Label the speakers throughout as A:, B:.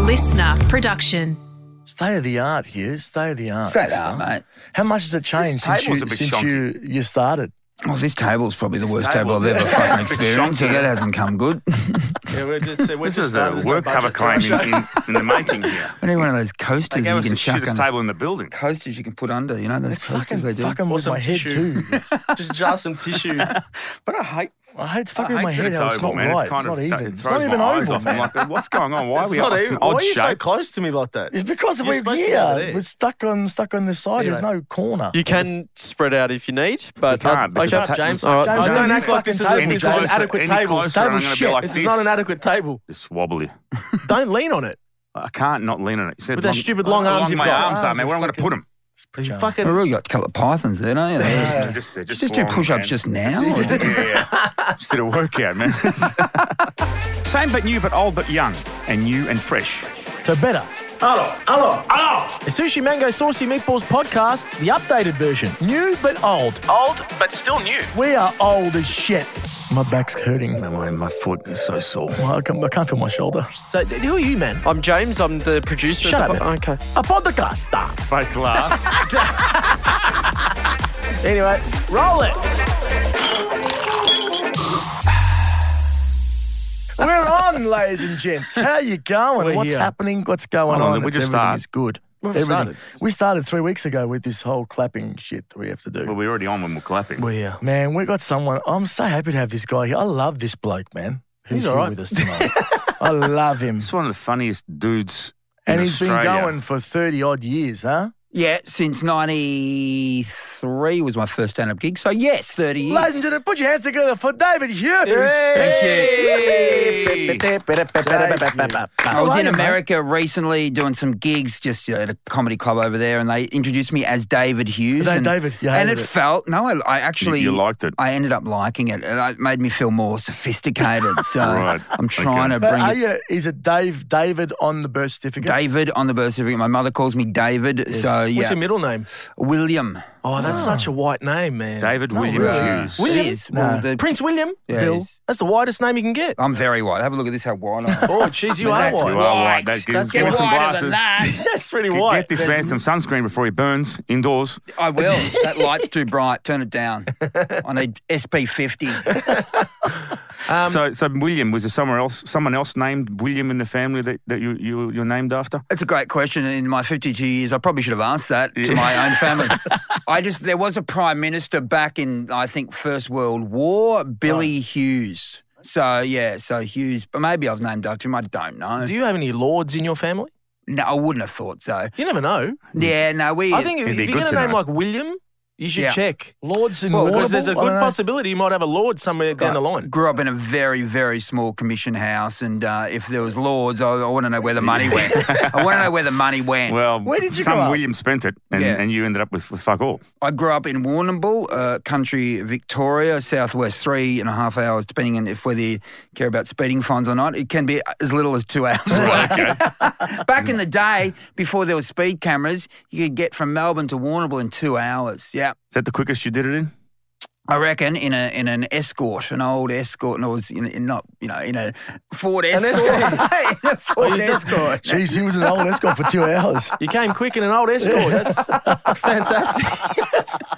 A: listener production.
B: State of the art, Hugh. State of the art.
C: State of the art, mate.
B: How much has it changed since,
D: table's
B: you,
D: a bit
B: since you, you started?
C: Well, this table's probably the worst
D: table-
C: table I've ever fucking
D: Bit
C: experienced, so
D: shocking.
C: that hasn't come good.
E: Yeah, we're just, we're
D: This
E: just
D: is a
E: there's no
D: work cover
E: budget.
D: claim in, in, in the making here.
C: I need one of those
D: They
C: coasters
D: gave
C: that you
D: us the
C: can chuck
D: shittest
C: on.
D: table in the building.
C: Coasters you can put under, you know, those coasters they do.
B: Fucking with
E: some
B: my head
E: tissue.
B: too.
E: Just jar some tissue.
C: but I hate.
B: I hate fucking with
E: I
B: my
E: hate
B: head.
D: It's
B: how it's
D: oval,
B: not
D: man.
B: right.
D: It's kind of
B: it's not even.
D: It
B: It's
D: throws
B: not even
D: my eyes
B: oval,
D: off. I'm
B: man.
D: like, what's going on? Why are
E: It's
D: we?
E: not
D: it's
E: even-
D: an
E: Why are
D: odd
E: you so
D: shape.
E: close to me like that?
B: It's because
E: You're
B: we're
E: supposed to be over
B: here.
E: there.
B: We're stuck on stuck on this side. There's
E: Anyway.
B: no corner.
F: You can spread out if you need, but
D: can't, because
F: okay.
D: Shut up, James.
F: All right.
B: James,
E: I
B: no,
E: don't
B: you
E: act like
B: fucking
E: this is, a,
B: table.
D: Any
E: this is an
D: closer,
E: adequate
D: any
E: table.
D: closer, and I'm going to be like
E: This
D: this.
E: is not an adequate table.
D: It's wobbly.
E: Don't lean on it.
D: I can't not lean on it. You said
E: With those
D: long-
E: stupid long arms you've
D: my
E: got.
D: arms are, man. Where am I going to put them?
E: You
B: James.
C: I
E: fucking
C: really got a couple of pythons there, don't you? They just-
D: They're just, they're
C: just,
D: just,
C: do
D: long,
C: push ups
D: man.
C: just now.
D: yeah, yeah. Just did a workout, man. Same but new, but old but young, and new and fresh.
B: So better.
E: The Sushi Mango Saucy Meatballs podcast, the updated version.
B: New but old.
E: Old, but still new.
B: We are old as shit. My back's hurting.
D: Man, my, my foot is so sore.
B: Well, I, can't, I can't feel my shoulder.
E: So, th- who are you, man?
F: I'm James. I'm the producer.
B: Shut
F: of
B: up,
F: the,
B: man.
F: Okay.
B: A podcaster.
D: Fake laugh.
E: Anyway, roll it.
B: We're on, ladies and gents. How you going?
E: We're
B: What's
E: here.
B: happening? What's going
D: Hold on,
B: on?
D: did we
B: It's-
D: just
B: everything
D: start?
B: is good.
E: We've
B: Everything-
E: started.
B: We started three weeks ago with this whole clapping shit that we have to do.
D: well, we're already on when we're clapping.
E: We're here.
B: Man, we got someone. I'm so happy to have this guy here. I love this bloke, man. Who's
E: He's
B: here
E: all right.
B: with us tonight? I love him.
D: It's one of the funniest dudes.
B: And
D: in
B: he's been
D: Australia.
B: going for 30 odd years, huh?
C: yeah, since 93 was my first stand up gig. So, yes, 30 years.
B: Ladies and gentlemen, put your hands together for David Hughes.
D: Thank you.
C: I was in
B: Hello, mate.
C: America recently doing some gigs just you know, at a comedy club over there, and they introduced me as David Hughes.
B: Da-
C: and,
B: David, you
C: and it,
B: hated it.
C: felt no, I, I actually
D: you liked it.
C: I ended up liking it. and It made me feel more sophisticated. So
D: Right,
C: I'm trying
D: okay.
C: to
B: But
C: bring
B: are
C: it-
B: you, is it Dave David on the birth certificate?
C: David on the birth certificate. My mother calls me David. So
E: What's
C: yeah,
E: your middle name?
C: William.
E: Oh, that's
F: Ah.
E: such a white name, man.
D: David William
C: Uh,
D: Hughes.
C: it
E: William?
C: is.
B: No.
C: Well, the-
E: Prince William?
C: yeah, it is.
E: That's the widest name you can get.
C: I'm very white. Have a look at this. How white I am.
E: Oh, jeez, you are
C: That's
D: You are
E: white.
D: white. That- give
E: That's
D: give me
E: whiter
D: some
E: than
D: glasses.
E: That's pretty
D: Get- Get
E: white.
D: this man some sunscreen before he burns indoors.
C: I will. that light's too bright. Turn it down. I need SP50.
D: so, so William was there somewhere else? Someone else named William in the family that, that you, you you're named after?
C: It's a great question. In my 52 years, I probably should have asked that to my own family. I just, there was a prime minister back in, I think, First World War, Billy Hughes. So, yeah, so Hughes, but maybe I was named after him. I don't know.
E: Do you have any lords in your family?
C: no, I wouldn't have thought so.
E: You never know.
C: Yeah, no, we.
E: I think
D: It'd
E: if
D: be
E: you're
D: good
E: going to
D: to
E: name
D: know.
E: like William, you should
C: Yeah.
E: check.
B: Lords in
C: Well,
B: Laudable?
E: Because there's a
B: I don't
E: good
B: know.
E: possibility you might have a lord somewhere down the line.
C: Grew up in a very, very small commission house, and uh, if there was lords, I, I want to know where the money went. I want to know where the money went.
D: Well,
B: Where did you
D: some
B: grow up?
D: William spent it, and,
C: Yeah.
D: and you ended up with, with fuck all.
C: I grew up in Warrnambool, uh, country Victoria, southwest, three and a half hours, depending on if whether you care about speeding fines or not. It can be as little as two hours. Back in the day, before there were speed cameras, you could get from Melbourne to Warrnambool in two hours. Yeah,
D: Is that the quickest you did it in?
C: I reckon in a in an escort, an old escort, and I was in, in not you know in a Ford escort, in a Ford escort.
B: Jeez, he was an old escort for two hours.
E: You came quick in an old escort. That's fantastic.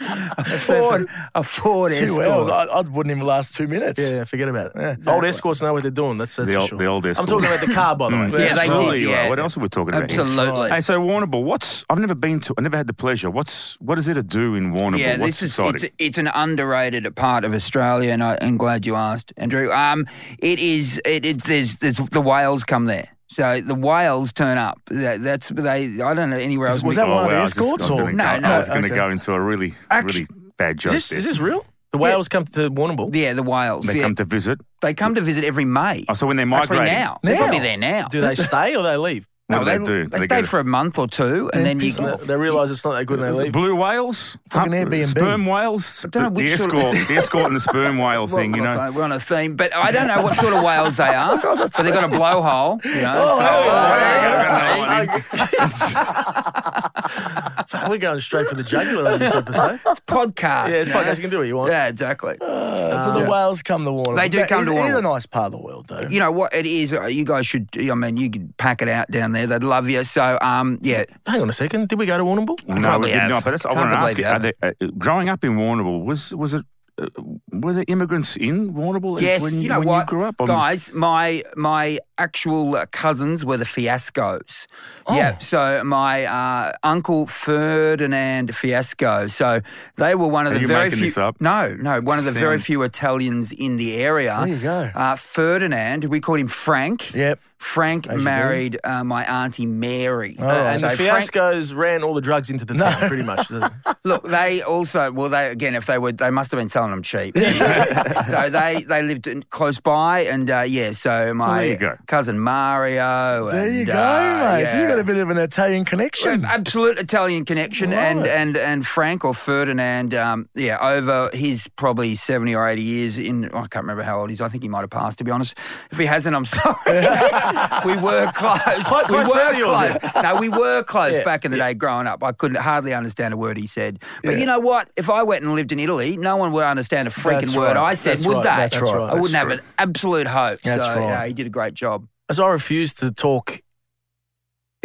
C: Ford, a Ford
B: Two
C: escort.
B: hours. I, I wouldn't even last two minutes.
E: Yeah, forget about it. Old escorts know what they're doing. That's, that's
D: The
E: for
D: old-
E: sure.
D: the old
E: I'm
D: escorts.
E: talking
D: Mm.
E: about the car, by the way.
C: Oh, Yeah, they
D: Absolutely
C: did,
D: you are.
C: yeah.
D: oh, What else are we talking about? here?
C: Absolutely.
D: Hey, so Warrnambool, what's I've never been to. I've never had the pleasure. What's what is it to do in Warrnambool?
C: Yeah,
D: what's
C: this is
D: exciting?
C: it's, it's an underrated part of Australia, and I, I'm glad you asked, Andrew. Um, it is it, it there's there's the whales come there, so the whales turn up. That, that's they. I don't know anywhere else.
B: Was that
D: oh,
B: one of
D: wow,
B: the
D: I was just-
B: escorts?
D: I was,
B: or?
D: gonna
C: No,
D: go-
C: no,
D: I was going to
B: okay.
D: go into a really
C: Actu-
D: really bad joke.
E: Is this,
D: there.
E: is this real? The whales come to Warrnambool?
C: Yeah, the whales.
D: they
C: yeah.
D: come to visit.
C: they come to visit every May.
D: Oh, so when they
C: Actually,
D: migrate,
C: now.
B: Now.
C: they're probably there now.
E: Do they stay or they leave?
C: No,
D: what do they, do?
C: They,
D: Do
C: stay
D: go
C: for a month or two, and
B: Then
C: then you.
B: piss off.
E: They realise it's not that good and they
D: to-
E: leave.
D: blue whales,
B: Fucking
D: Huh?
B: Airbnb.
D: sperm whales,
C: don't know
D: the, the
C: which sort of-
D: escort, the escort and the sperm
C: Well,
D: whale thing. You
C: look,
D: know,
C: I- we're on a theme, but I don't know what sort of whales they are. But they've got a blowhole, you know. so-
D: Oh, yeah, yeah, yeah.
E: We're going straight for the jugular on this episode.
C: It's podcast.
E: Yeah, it's
C: you
E: podcast.
C: know?
E: You can do what you want. Uh,
C: Yeah, exactly.
B: so the whales come to Warner.
C: They do come to
B: It's
C: Warrnambool.
B: a nice part of the world, though.
C: you know what it is. uh, You guys should. I mean, you could pack it out down there. They'd love you. So, um, yeah,
E: Hang on a second. Did we go to Warrnambool?
D: No,
C: Probably
D: we did
C: have.
D: not. But that's, I
C: It's
D: want to
C: hard
D: ask
C: to
D: you:
C: believe
D: are there, uh, growing up in Warrnambool, was was it uh, were there immigrants in Warrnambool?
C: yes.
D: when
C: you know
D: when
C: what,
D: You grew up, I'm just-
C: guys? My my actual uh, cousins were the Fiascos.
D: Oh.
C: Yeah. So my uh, uncle Ferdinand Fiasco. So they were one of
D: Are
C: the
D: you
C: very
D: making
C: few.
D: this up?
C: No, no, one of the very
D: Sounds-
C: few Italians in the area.
B: There you go.
C: Uh, Ferdinand. We called him Frank.
B: Yep.
C: Frank
B: do.
C: married uh, my auntie Mary.
B: Oh,
E: and
C: so
E: the
C: Frank-
E: fiascos ran all the drugs into the town, pretty much.
C: Look, they also well, they again, if they were, they must have been selling them cheap. so they they lived in, close by, and uh, yeah, so my
D: there you go.
C: cousin Mario.
B: There
C: and,
B: you go,
C: uh,
B: mate. So you
C: yeah.
B: got a bit of an Italian connection.
C: Absolute Italian connection, and,
B: Right.
C: and and Frank or Ferdinand, um, yeah, over his probably seventy or eighty years in, I can't remember how old he is. I think he might have passed. To be honest, if he hasn't, I'm sorry. we were close.
E: Quite close
C: we were
E: friend of yours,
C: close. No, we were close
E: Yeah,
C: back in the day. Growing up, I couldn't hardly understand a word he said. But you know what? If I went and lived in Italy, no one would understand a freaking
E: That's
C: word
E: right.
C: I said,
E: That's
C: would
E: right.
C: they?
E: That's right.
C: I wouldn't
E: That's
C: have an absolute hope.
B: That's
C: so you
B: right.
C: know, he did a great job.
E: As I refuse to talk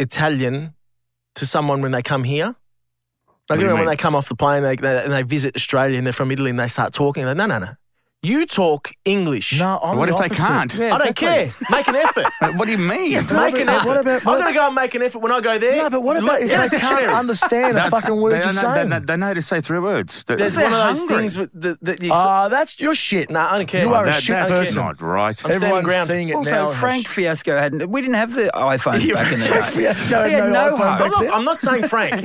E: Italian to someone when they come here. Like,
D: do
E: you
D: you
E: know, when
D: mean?
E: they come off the plane they, they, and they visit Australia and they're from Italy and they start talking, they're like, no, no, no. You talk English.
B: no, I'm
D: what
B: the
D: if they
B: opposite.
D: can't? Uh,
B: Yeah,
E: I don't
B: exactly.
E: care. Make an effort.
D: what do you mean?
E: Make an
B: about-
E: effort.
B: what about-
E: I'm going to go and make an effort when I go there.
B: No, but what about if
E: Get a
B: they can't
E: dictionary.
B: understand a
D: That's-
B: fucking word
D: they
B: you're
D: know, they
B: saying?
D: know- they know to say three words. That-
E: There's
D: that-
E: one of those
C: hungry.
E: things with the, that you.
B: Ah, that's your shit.
E: nah, I don't care.
B: You are a
D: that-
B: shit
D: that's
E: person.
D: not right.
E: I'm standing
B: Everyone's
E: ground.
B: seeing it
C: Also,
B: now.
C: Frank Fiasco hadn't. We didn't have the iPhones back in the day.
B: Fiasco
C: We
B: had
C: had
B: no
C: no
B: iPhone
C: hope.
E: I'm not, I'm not saying Frank.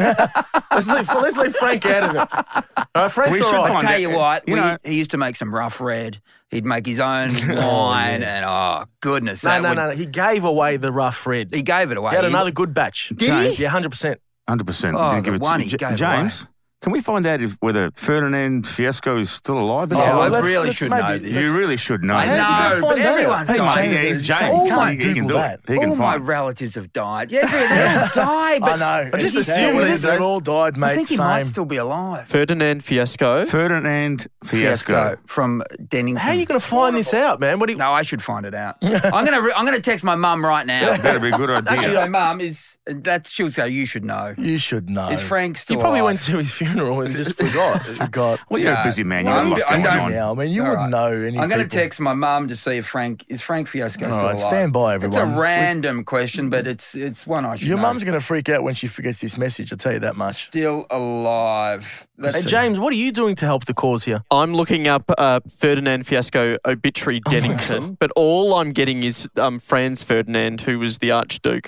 E: let's, leave, let's leave Frank out of it. All right, Frank's
D: We should
E: all right.
D: find
C: I tell
D: it.
C: you what,
D: You
C: we,
D: know-
C: he used to make some rough red. He'd make his own wine, and oh goodness,
E: No,
C: that
E: no,
C: would-
E: no, no. He gave away the rough red.
C: He gave it away.
E: He had
C: He-
E: another good batch.
C: Did he?
E: Yeah, hundred percent.
D: Hundred percent.
C: Oh, the one he gave
D: James. Can we find out if whether Ferdinand Fiasco is still alive? at
C: Oh,
D: all?
C: I
B: let's-
C: really
B: let's
C: should
B: maybe-
C: know this.
D: you really should know.
C: I
D: this.
E: gonna
C: know, but
E: find out?
C: everyone
E: Hey,
C: dies.
B: James,
D: Yeah,
B: He
D: he's James.
B: can't
D: He can- he can
B: Google
D: do
B: that.
D: it. He can
C: all my
D: find.
C: relatives have died. Yeah, they all die.
B: I
C: But
B: know.
E: I just
B: It's
E: assume
B: sad.
E: these
B: They've
E: days-
B: all died, mate.
C: I think he
B: same.
C: might still be alive.
F: Ferdinand Fiasco.
D: Ferdinand Fiasco.
C: from Dennington.
E: How are you going to find this out, man? What do you?
C: No, I should find it out. I'm gonna. Re- I'm gonna text my mum right now.
D: That'd be a good
C: Actually,
D: idea.
C: my mum is. That's she'll say you should know.
B: You should know.
C: Is Frank still?
E: You probably
C: alive?
E: went to his funeral and just forgot.
B: Forgot.
D: Well, you're
C: No.
D: a busy man. You
C: Well,
D: have a
C: I'm-
D: lot
C: I
D: going
C: don't-
D: on.
B: now, man. You
C: All
B: wouldn't
C: right.
B: know any.
C: I'm going to
B: people.
C: text my mum to see if Frank is Frank Fiasco
B: All
C: still
B: right,
C: alive.
B: stand by, everyone.
C: It's a random question, but it's it's one I should.
B: Your
C: know.
B: mum's going to freak out when she forgets this message. I tell you that much.
C: still alive. That's
E: Hey, James, what are you doing to help the cause here?
F: I'm looking up uh, Ferdinand Fiasco obituary
D: Oh
F: Dennington, but all I'm getting is um, Franz Ferdinand, who was the Archduke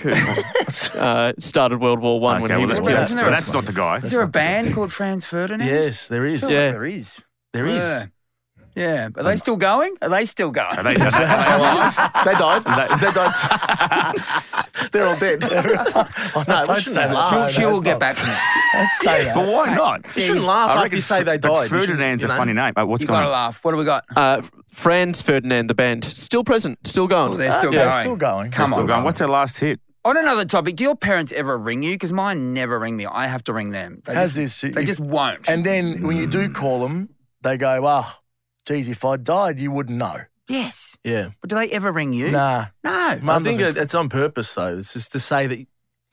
F: who uh, started World War One
D: Okay,
F: when he
D: well,
F: was
D: that's,
C: killed.
D: that's,
F: killed.
C: Isn't there a-
D: that's not the guy.
C: Is there a band called Franz Ferdinand?
E: Yes, there is.
F: Yeah.
C: there is.
E: There is.
C: Yeah. Yeah. Are
B: Um,
C: they still going? Are they still going?
D: Are they, are they alive?
E: They died. they died. They're all dead. oh, no, we
B: Don't
E: shouldn't
B: say that. No,
C: She'll,
E: laugh.
C: she
B: no,
C: will
B: stop.
C: get back to me.
B: Don't say that.
D: But why not?
E: You shouldn't laugh
D: I
E: after
D: reckon
E: you say they
D: Fer-
E: died. You shouldn't,
D: Ferdinand's
E: you
D: a
E: know.
D: funny name. Mate, what's
C: You
D: going
C: gotta
D: on?
C: laugh. What do we got?
F: Uh, Franz Ferdinand, the band, still present, still going.
C: Oh, they're still
B: They're
C: going.
B: still going.
C: Come
D: Still
C: on.
D: going. What's their last hit?
C: On another topic, do your parents ever ring you? Because mine never ring me. I have to ring them. They
B: How's
C: just,
B: this?
C: They
B: If-
C: just won't.
B: And then when you do call them, they go, "Well, geez, if I died, you wouldn't know."
C: yes.
E: Yeah.
C: But do they ever ring you?
B: Nah.
C: No.
E: I
B: Mum
E: think
B: doesn't-
E: it, it's on purpose, though. It's just to say that,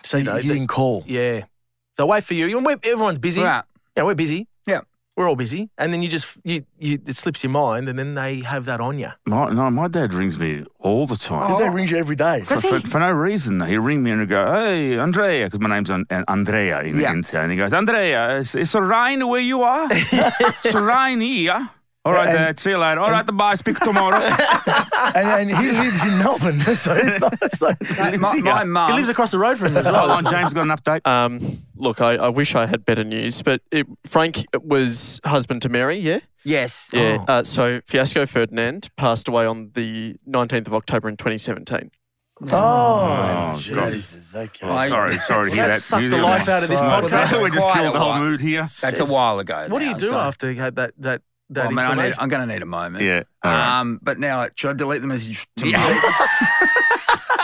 B: So
E: you
B: you,
E: know,
B: you
E: they-
B: didn't call.
E: yeah. They'll wait for you. You know, we're- Everyone's busy.
C: Right.
E: Yeah, we're busy.
C: Yeah.
E: We're all busy. And then you just, you, you it slips your mind, and then they have that on you.
D: My, no, my dad rings me all the time.
B: Your dad rings you every day.
C: Does
D: for,
C: he?
D: for no reason. He ring me and he go, "Hey, Andrea," because my name's An- An- Andrea in,
C: Yeah.
D: in town. He goes, "Andrea, is, is a rain where you are? it's a rain here." All right,
B: And-
D: Dad. See you later. All right, the bye. Speak tomorrow.
B: And, and he lives in Melbourne. So it's not, it's not,
C: My, my
D: Yeah.
E: He
C: mum.
E: lives across the road from him as well.
D: Hold on, James got an update.
F: Um, look, I, I wish I had better news, but it, Frank was husband to Mary, yeah?
C: yes.
D: Oh.
C: Oh,
F: Yeah. Uh, so Fiasco Ferdinand passed away on the 19th of October in 2017.
B: oh,
D: Oh,
B: Jesus. Okay.
D: Oh, sorry, sorry to hear
E: That
D: that.
E: sucked
D: You-
E: the life out of this
D: Sorry.
E: podcast.
D: we just
C: Quite
D: killed
C: a
D: the whole
C: lot.
D: mood here.
C: That's a
E: Jeez.
C: while ago.
E: What do you
C: now,
E: do
C: so-
E: after you had that, that, that
C: Well,
D: Oh,
C: man, I
E: information?
C: need, I'm going to need a moment.
D: Yeah, all right.
C: Um, but now, should I delete the message? To
D: Yeah.
C: Mum?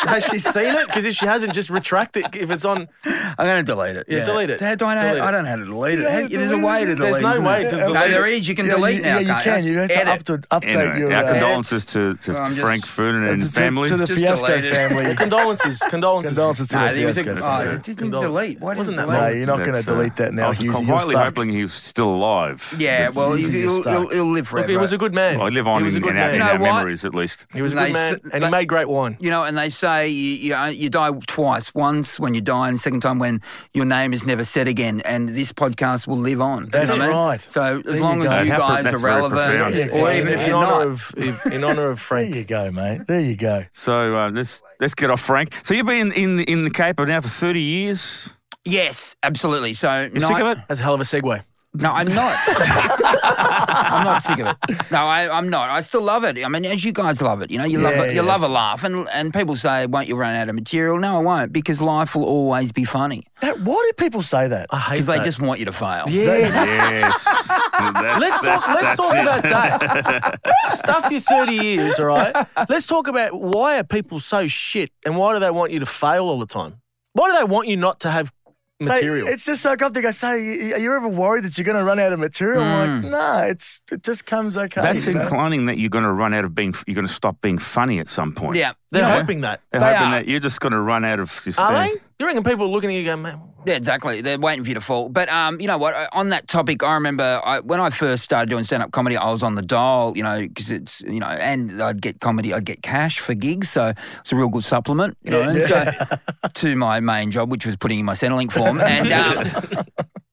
E: Has she seen it? Because if she hasn't, just retract it. If it's on,
C: I'm going to delete it.
E: Yeah, delete it.
C: Dad, I, don't,
E: Delete it.
C: I don't know how to delete it.
B: know how
C: How-
B: to
C: There's a
B: delete
C: way to
B: it?
C: delete
E: There's no
C: isn't
E: way
C: it?
E: to
C: No,
E: delete
C: there
E: it.
C: is. You can
B: Yeah,
C: delete
B: you,
C: now.
B: Yeah, you
C: can't
B: can. You have to
C: Edit.
B: up to update
D: Anyway,
B: your
D: our
B: uh,
D: condolences to, to
C: Well, I'm just-
D: Frank Ferdinand and
B: to,
D: his family.
B: to the
C: Just
B: fiasco
C: delete it.
B: family.
E: condolences, condolences.
B: condolences to
C: No,
B: the
C: there was a-
B: fiasco.
C: oh,
B: family.
C: it didn't
E: Condol-
C: delete. Why did
E: Wasn't
C: it
E: that
C: delete?
B: No, you're not going to
D: That's, uh,
B: delete that
D: I
B: now,
D: was
B: Husey. You're
D: quietly
B: stuck.
D: hoping he was still alive.
C: Yeah, well, he's,
B: Using your
C: he'll,
B: stack.
C: he'll, he'll live forever.
E: Look, he was a good man.
D: I live on
E: He was a
D: in,
E: good
D: in our,
E: man.
D: in
C: You know
D: our
C: what?
D: memories, at least.
E: He was a good
C: Nice.
E: man, and he
C: Like-
E: made great wine.
C: you know, and they say you, you you die twice. Once when you die, and the second time when your name is never said again. And this podcast will live on. You
B: That's
C: know what I mean?
B: right.
C: So as
B: you
C: long
B: go.
C: as you
D: That happened-
C: guys are
D: that's very
C: relevant,
D: profound.
B: Yeah,
C: or
B: yeah,
C: even
B: yeah.
C: if
E: in
C: you're
E: honor
C: not,
E: of if- in honor of
B: There
E: Frank.
B: you go, mate. There you go.
D: So uh, let's let's get off Frank. So you've been in in the Cape now for thirty years.
C: yes, absolutely. So
D: You
C: no,
D: sick of it?
E: That's a hell of a segue.
C: No, I'm not. I'm not sick of it. No, I, I'm not. I still love it. I mean, as you guys love it, you know, you love
B: Yeah,
C: it, you
B: yeah.
C: love a laugh, and and people say, "Won't you run out of material?" No, I won't, because life will always be funny
B: That, why do people say that?
E: I hate
C: because they
E: that.
C: just want you to fail.
E: yes.
D: Yes. That's-
E: Let's
D: that's-
E: talk. Let's
D: that's
E: talk
D: it.
E: about that. Stuff your thirty years, all right. Let's talk about why are people so shit, and why do they want you to fail all the time? Why do they want you not to have
B: Mate,
E: material?
B: it's just so comforting. I say, are you ever worried that you're going to run out of material? I'm
C: Hmm.
B: like, nah, it's it just comes okay.
D: That's
B: you know?
D: inclining that you're going to run out of being. You're going to stop being funny at some point.
C: Yeah,
E: They're
C: Yeah.
E: hoping that.
D: They're
C: They
D: hoping
C: are.
D: that you're just going to run out of. Just,
E: Are
D: uh,
E: they? You reckon people are looking at you going, man?
C: Yeah, exactly. They're waiting for you to fall. But um, you know what? uh, On that topic, I remember I, when I first started doing stand-up comedy, I was on the dial, you know, because it's you know, and I'd get comedy, I'd get cash for gigs, so it's a real good supplement, you know, and so, to my main job, which was putting in my Centrelink form, and. Um,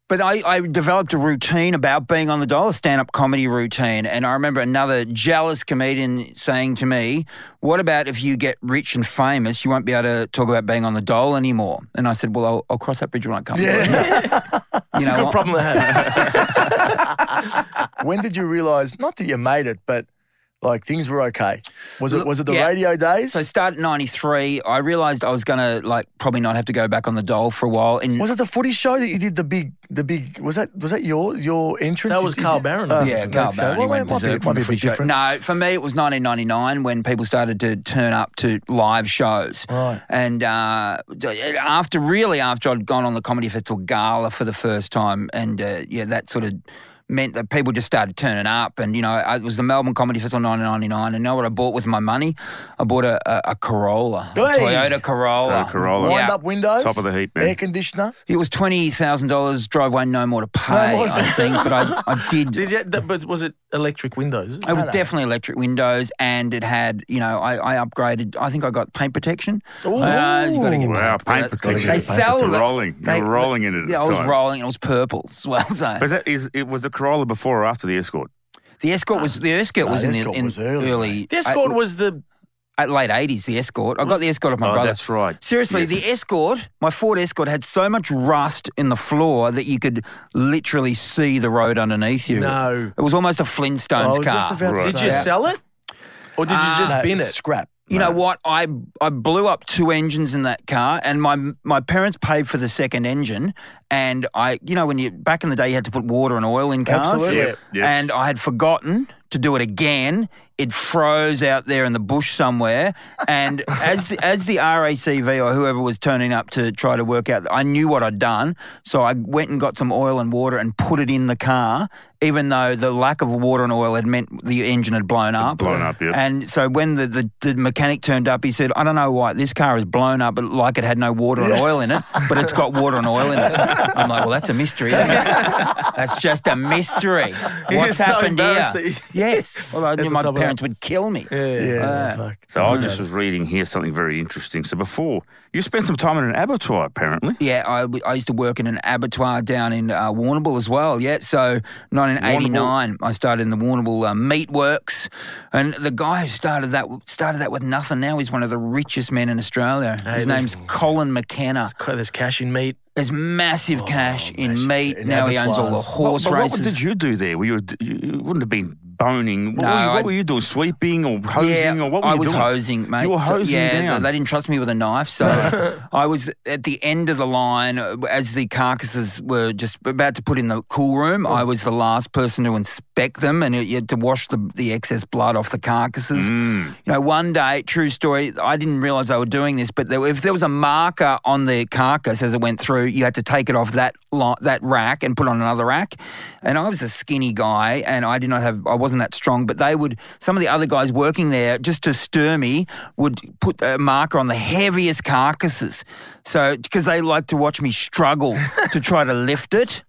C: But I, I developed a routine about being on the dial, a stand up comedy routine. And I remember another jealous comedian saying to me, What about if you get rich and famous, you won't be able to talk about being on the dial anymore? And I said, Well, I'll, I'll cross that bridge when I come to it." you know,
E: Good problem to have.
B: when did you realise? Not that you made it, but like things were okay. Was it was it the
C: Yeah.
B: radio days?
C: So I started at 93. I realized I was going to like probably not have to go back on the dole for a while. And
B: was it the footy show that you did the big the big was that was that your your entrance?
E: That was
B: You did-
E: Carl Barron, I think.
C: yeah,
B: that's
C: Carl
B: okay.
C: Barron, he
B: Well,
C: went
B: it might be-
C: berserk
B: might
C: on
B: be a
C: the free
B: bit
C: show.
B: different.
C: No, for me it was 1999 when people started to turn up to live shows.
B: Right.
C: And uh, after really after I'd gone on the comedy festival gala for the first time, and uh, yeah, that sort of meant that people just started turning up. And you know, I- it was the Melbourne Comedy Festival 1999, and you know what I bought with my money? I bought a, a, a Corolla, a
B: Hey!
C: Toyota Corolla.
D: Toyota Corolla.
B: Wind
C: Yeah.
B: up windows,
D: Top of the heap, man.
B: air conditioner.
C: It was twenty thousand dollars driveway, no more to pay.
B: No more.
C: I think, but I, I did.
E: Did you, that, but was it electric windows?
C: it was definitely electric windows, and it had, you know, I, I upgraded. I think I got paint protection.
E: Ooh.
C: Uh, you gotta get
D: Wow, paint protection.
C: They sell
D: You're
C: the-
D: rolling.
C: they-
D: You're rolling in it. At
C: Yeah, I
D: the
C: was
D: time.
C: rolling. It was purple as well. So
D: But that is, it was the Corolla before or after the escort?
C: the escort was the escort
B: No,
C: was in
B: the
C: the
B: Escort
C: in
B: was early,
C: early.
E: The escort
C: uh,
E: was the
C: uh, late eighties. The escort. I got the escort of my
D: oh,
C: brother.
D: that's right.
C: Seriously,
D: Yes.
C: the Escort, my Ford Escort, had so much rust in the floor that you could literally see the road underneath you.
E: no.
C: It was almost a
B: I
C: Flintstones
B: Oh, was
C: car.
B: just about
D: Right.
B: to
E: Did
B: say
E: you
B: that.
E: sell it, or did you
C: Uh,
E: just
B: No,
E: bin it?
B: Scrap.
C: You know what? I I blew up two engines in that car, and my my parents paid for the second engine. And I, you know, when you back in the day, you had to put water and oil in cars.
B: Absolutely.
D: Yep, yep.
C: And I had forgotten to do it again. It froze out there in the bush somewhere. And as the, as the RACV or whoever was turning up to try to work out, I knew what I'd done, so I went and got some oil and water and put it in the car. Even though the lack of water and oil had meant the engine had blown up.
D: blown up, yeah.
C: And so when the, the, the mechanic turned up, he said, I don't know why this car is blown up like it had no water and oil in it, but it's got water and oil in it. I'm like, well, that's a mystery. isn't it? that's just a mystery. What's
E: so
C: happened
E: embarrassed
C: here?
E: that
C: Yes. Well, I
E: the
C: knew my
E: top of that.
C: parents would kill me. Uh,
E: Ah.
B: Yeah. fuck.
D: So I just was reading here something very interesting. So before, you spent some time in an abattoir, apparently.
C: Yeah, I, w- I used to work in an abattoir down in uh, Warrnambool as well. Yeah, so 1989, I started in the Warrnambool uh, Meat Works, and the guy who started that started that with nothing. Now he's one of the richest men in Australia.
E: Hey,
C: His
E: there's-
C: name's Colin McKenna.
E: God, There's cash in meat.
C: There's massive cash in meat.
B: in
C: now he owns all the
B: abattoirs.
C: horse
D: but, but
C: races.
D: What did you do there? Were you, you, you wouldn't have been boning. What,
C: No,
D: were, you, what
C: I-
D: were you doing? Sweeping or hosing or what were
C: I
D: you
C: was
D: doing?
C: hosing, mate.
D: You were
C: So-
D: hosing
C: yeah,
D: down.
C: they didn't trust me with a knife, so I was at the end of the line uh, as the carcasses were just about to put in the cool room.
D: Oh.
C: I was the last person to inspect them and it, you had to wash the, the excess blood off the carcasses.
D: Mm.
C: You know, one day, true story, I didn't realize they were doing this, but there, if there was a marker on the carcass as it went through, you had to take it off that lo- that rack and put on another rack. And I was a skinny guy, and I did not have, I wasn't that strong. But they would, some of the other guys working there, just to stir me, would put a marker on the heaviest carcasses. So because they like to watch me struggle to try to lift it.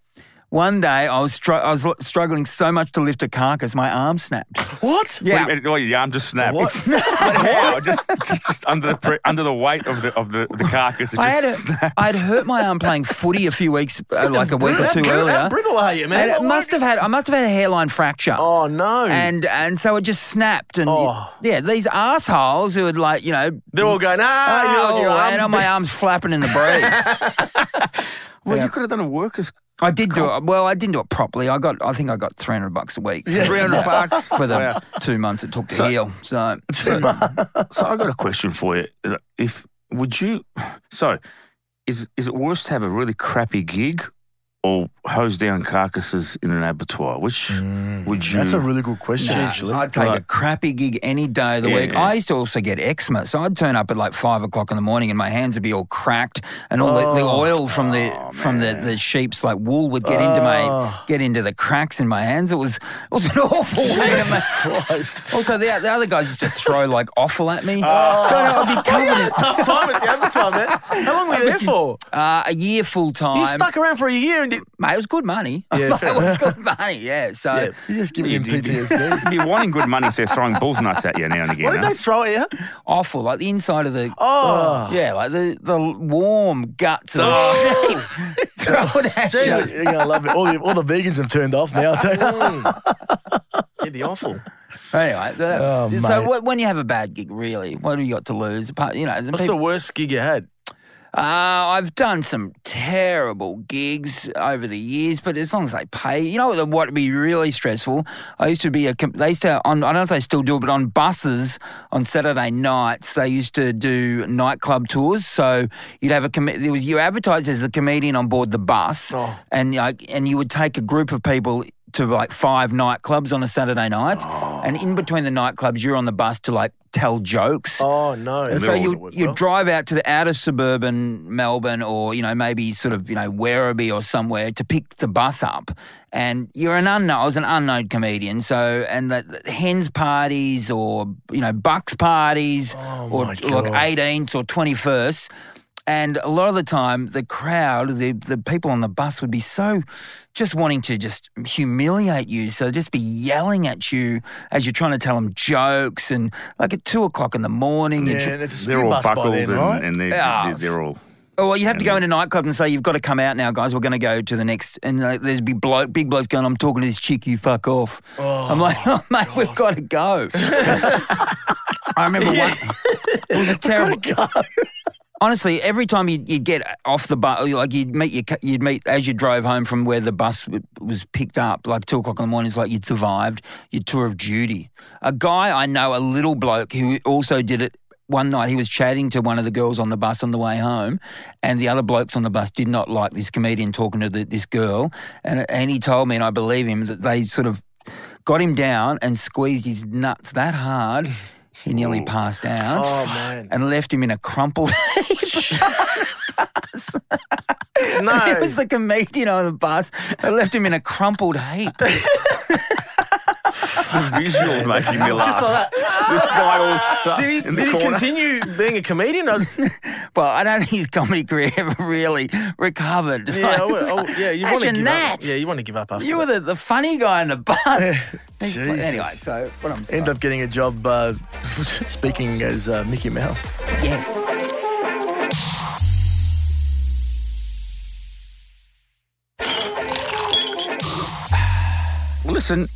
C: One day, I was str- I was l- struggling so much to lift a carcass, my arm snapped.
E: What?
D: Wait a minute, oh, your arm just snapped.
E: What?
D: It's- How? just, just, just under the pre- under the weight of the of the, the carcass. It
C: I had
D: just
C: a,
D: snapped.
C: I'd hurt my arm playing footy a few weeks, uh, like a week or two earlier.
E: How brittle are you, man?
C: And it must have had I must have had a hairline fracture.
E: Oh no!
C: And and so it just snapped and
E: Oh.
C: yeah, these assholes who would like you know.
E: they're all going, ah,
C: Oh,
E: your, your arms
C: and on my arms flapping in the breeze.
D: well, you could have done a workers.
C: I did do it. Well, I didn't do it properly. I got. I think I got three hundred bucks a week.
D: Three hundred bucks
C: for the
D: Wow.
C: two months it took to heal. So
D: So I got a question for you. If would you? So is is it worse to have a really crappy gig or hose down carcasses in an abattoir? Which
E: Mm,
D: would you?
B: That's
C: Mm.
B: a really good question,
C: Nah,
B: actually.
C: I'd take a
D: Right.
C: crappy gig any day of the
D: Yeah,
C: week.
D: yeah.
C: I used to also get eczema, so I'd turn up at like five o'clock in the morning, and my hands would be all cracked, and all the, the oil from the
D: Oh,
C: from the,
D: man.
C: the sheep's like wool would get into my get into the cracks in my hands. It was it was an awful. way to ma-
E: Christ.
C: Also, the, the other guys used to throw like offal at me, so I'd be covered. in-
E: Tough time at the avatar, man. How long were you there for?
C: Uh, a year full time.
E: You stuck around for a year and did.
C: mate. It was good money.
E: Yeah,
C: it
E: fair
C: was good money. Yeah, so.
E: Yeah.
B: You're just giving him
D: You'd be-
B: PTSD.
D: You'd be wanting good money if they're throwing bull's nuts at you now and again.
E: What did
D: huh?
E: they throw at you?
C: awful, like the inside of the
E: Oh.
C: yeah, like the the warm guts of the
B: Oh.
C: sheep. Throw it at
B: You're
C: you.
B: you're gonna love it. All the, all the vegans have turned off now. too.
E: It'd be awful.
C: Anyway, that's,
B: Oh,
C: so
B: mate.
C: wh- when you have a bad gig, really, what have you got to lose? Apart, you know, the
E: What's the
C: people-
E: worst gig you had?
C: uh, I've done some terrible gigs over the years, but as long as they pay, you know what- what would be really stressful. I used to be a com- they used to on I don't know if they still do it, but on buses on Saturday nights they used to do nightclub tours. So you'd have a com- there was you advertised as a comedian on board the bus, and like and you would take a group of people to like five nightclubs on a Saturday night, and in between the nightclubs you're on the bus to like tell jokes.
E: Oh no!
C: And so you you drive out to the outer suburban Melbourne, or you know maybe sort of you know Werribee or somewhere to pick the bus up, and you're an unknown. I was an unknown comedian, so and the, the hens parties or you know bucks parties or
B: Oh my
C: like
B: God.
C: 18th or 21st. And a lot of the time, the crowd, the, the people on the bus would be so just wanting to just humiliate you. So just be yelling at you as you're trying to tell them jokes. And like at two o'clock in the morning, you're
B: Yeah,
C: tr-
B: and it's a
D: They're
B: speed
D: all
B: bus by
D: buckled
B: then,
D: and,
B: right?
D: and they're,
C: Yeah.
D: they're, they're all.
C: Oh, well, you have to go
D: And-
C: into nightclub and say you've got to come out now, guys. We're going to go to the next, and like, there's big bloke, big blokes going. I'm talking to this chick. You fuck off. I'm like, oh, mate, we've got to go. I remember one. It was a terrible. Honestly, every time you'd, you'd get off the bus, like you'd meet your, cu- you'd meet as you drove home from where the bus w- was picked up, like two o'clock in the morning. It's like you'd survived your tour of duty. A guy I know, a little bloke who also did it. One night he was chatting to one of the girls on the bus on the way home, and the other blokes on the bus did not like this comedian talking to the, this girl, and and he told me, and I believe him, that they sort of got him down and squeezed his nuts that hard, he nearly passed out
E: Oh man!
C: and left him in a crumpled heap. It
E: No.
C: was the comedian on the bus that left him in a crumpled heap.
D: Visuals making me laugh.
E: Just like that.
D: This guy all stuck
E: Did he,
D: in the
E: did he
D: corner.
E: continue being a comedian? I was,
C: well, I don't think his comedy career ever really recovered. It's
E: yeah,
C: like-
E: I would-
C: it's
E: I would-
C: like,
E: yeah, you want to
C: imagine
E: give
C: that.
E: up. Yeah, you want to give up after
C: You were the, the funny guy on the bus.
B: Jesus.
C: Anyway, so what I'm saying.
B: End up getting a job uh, speaking as uh, Mickey Mouse.
C: yes.
D: Listen,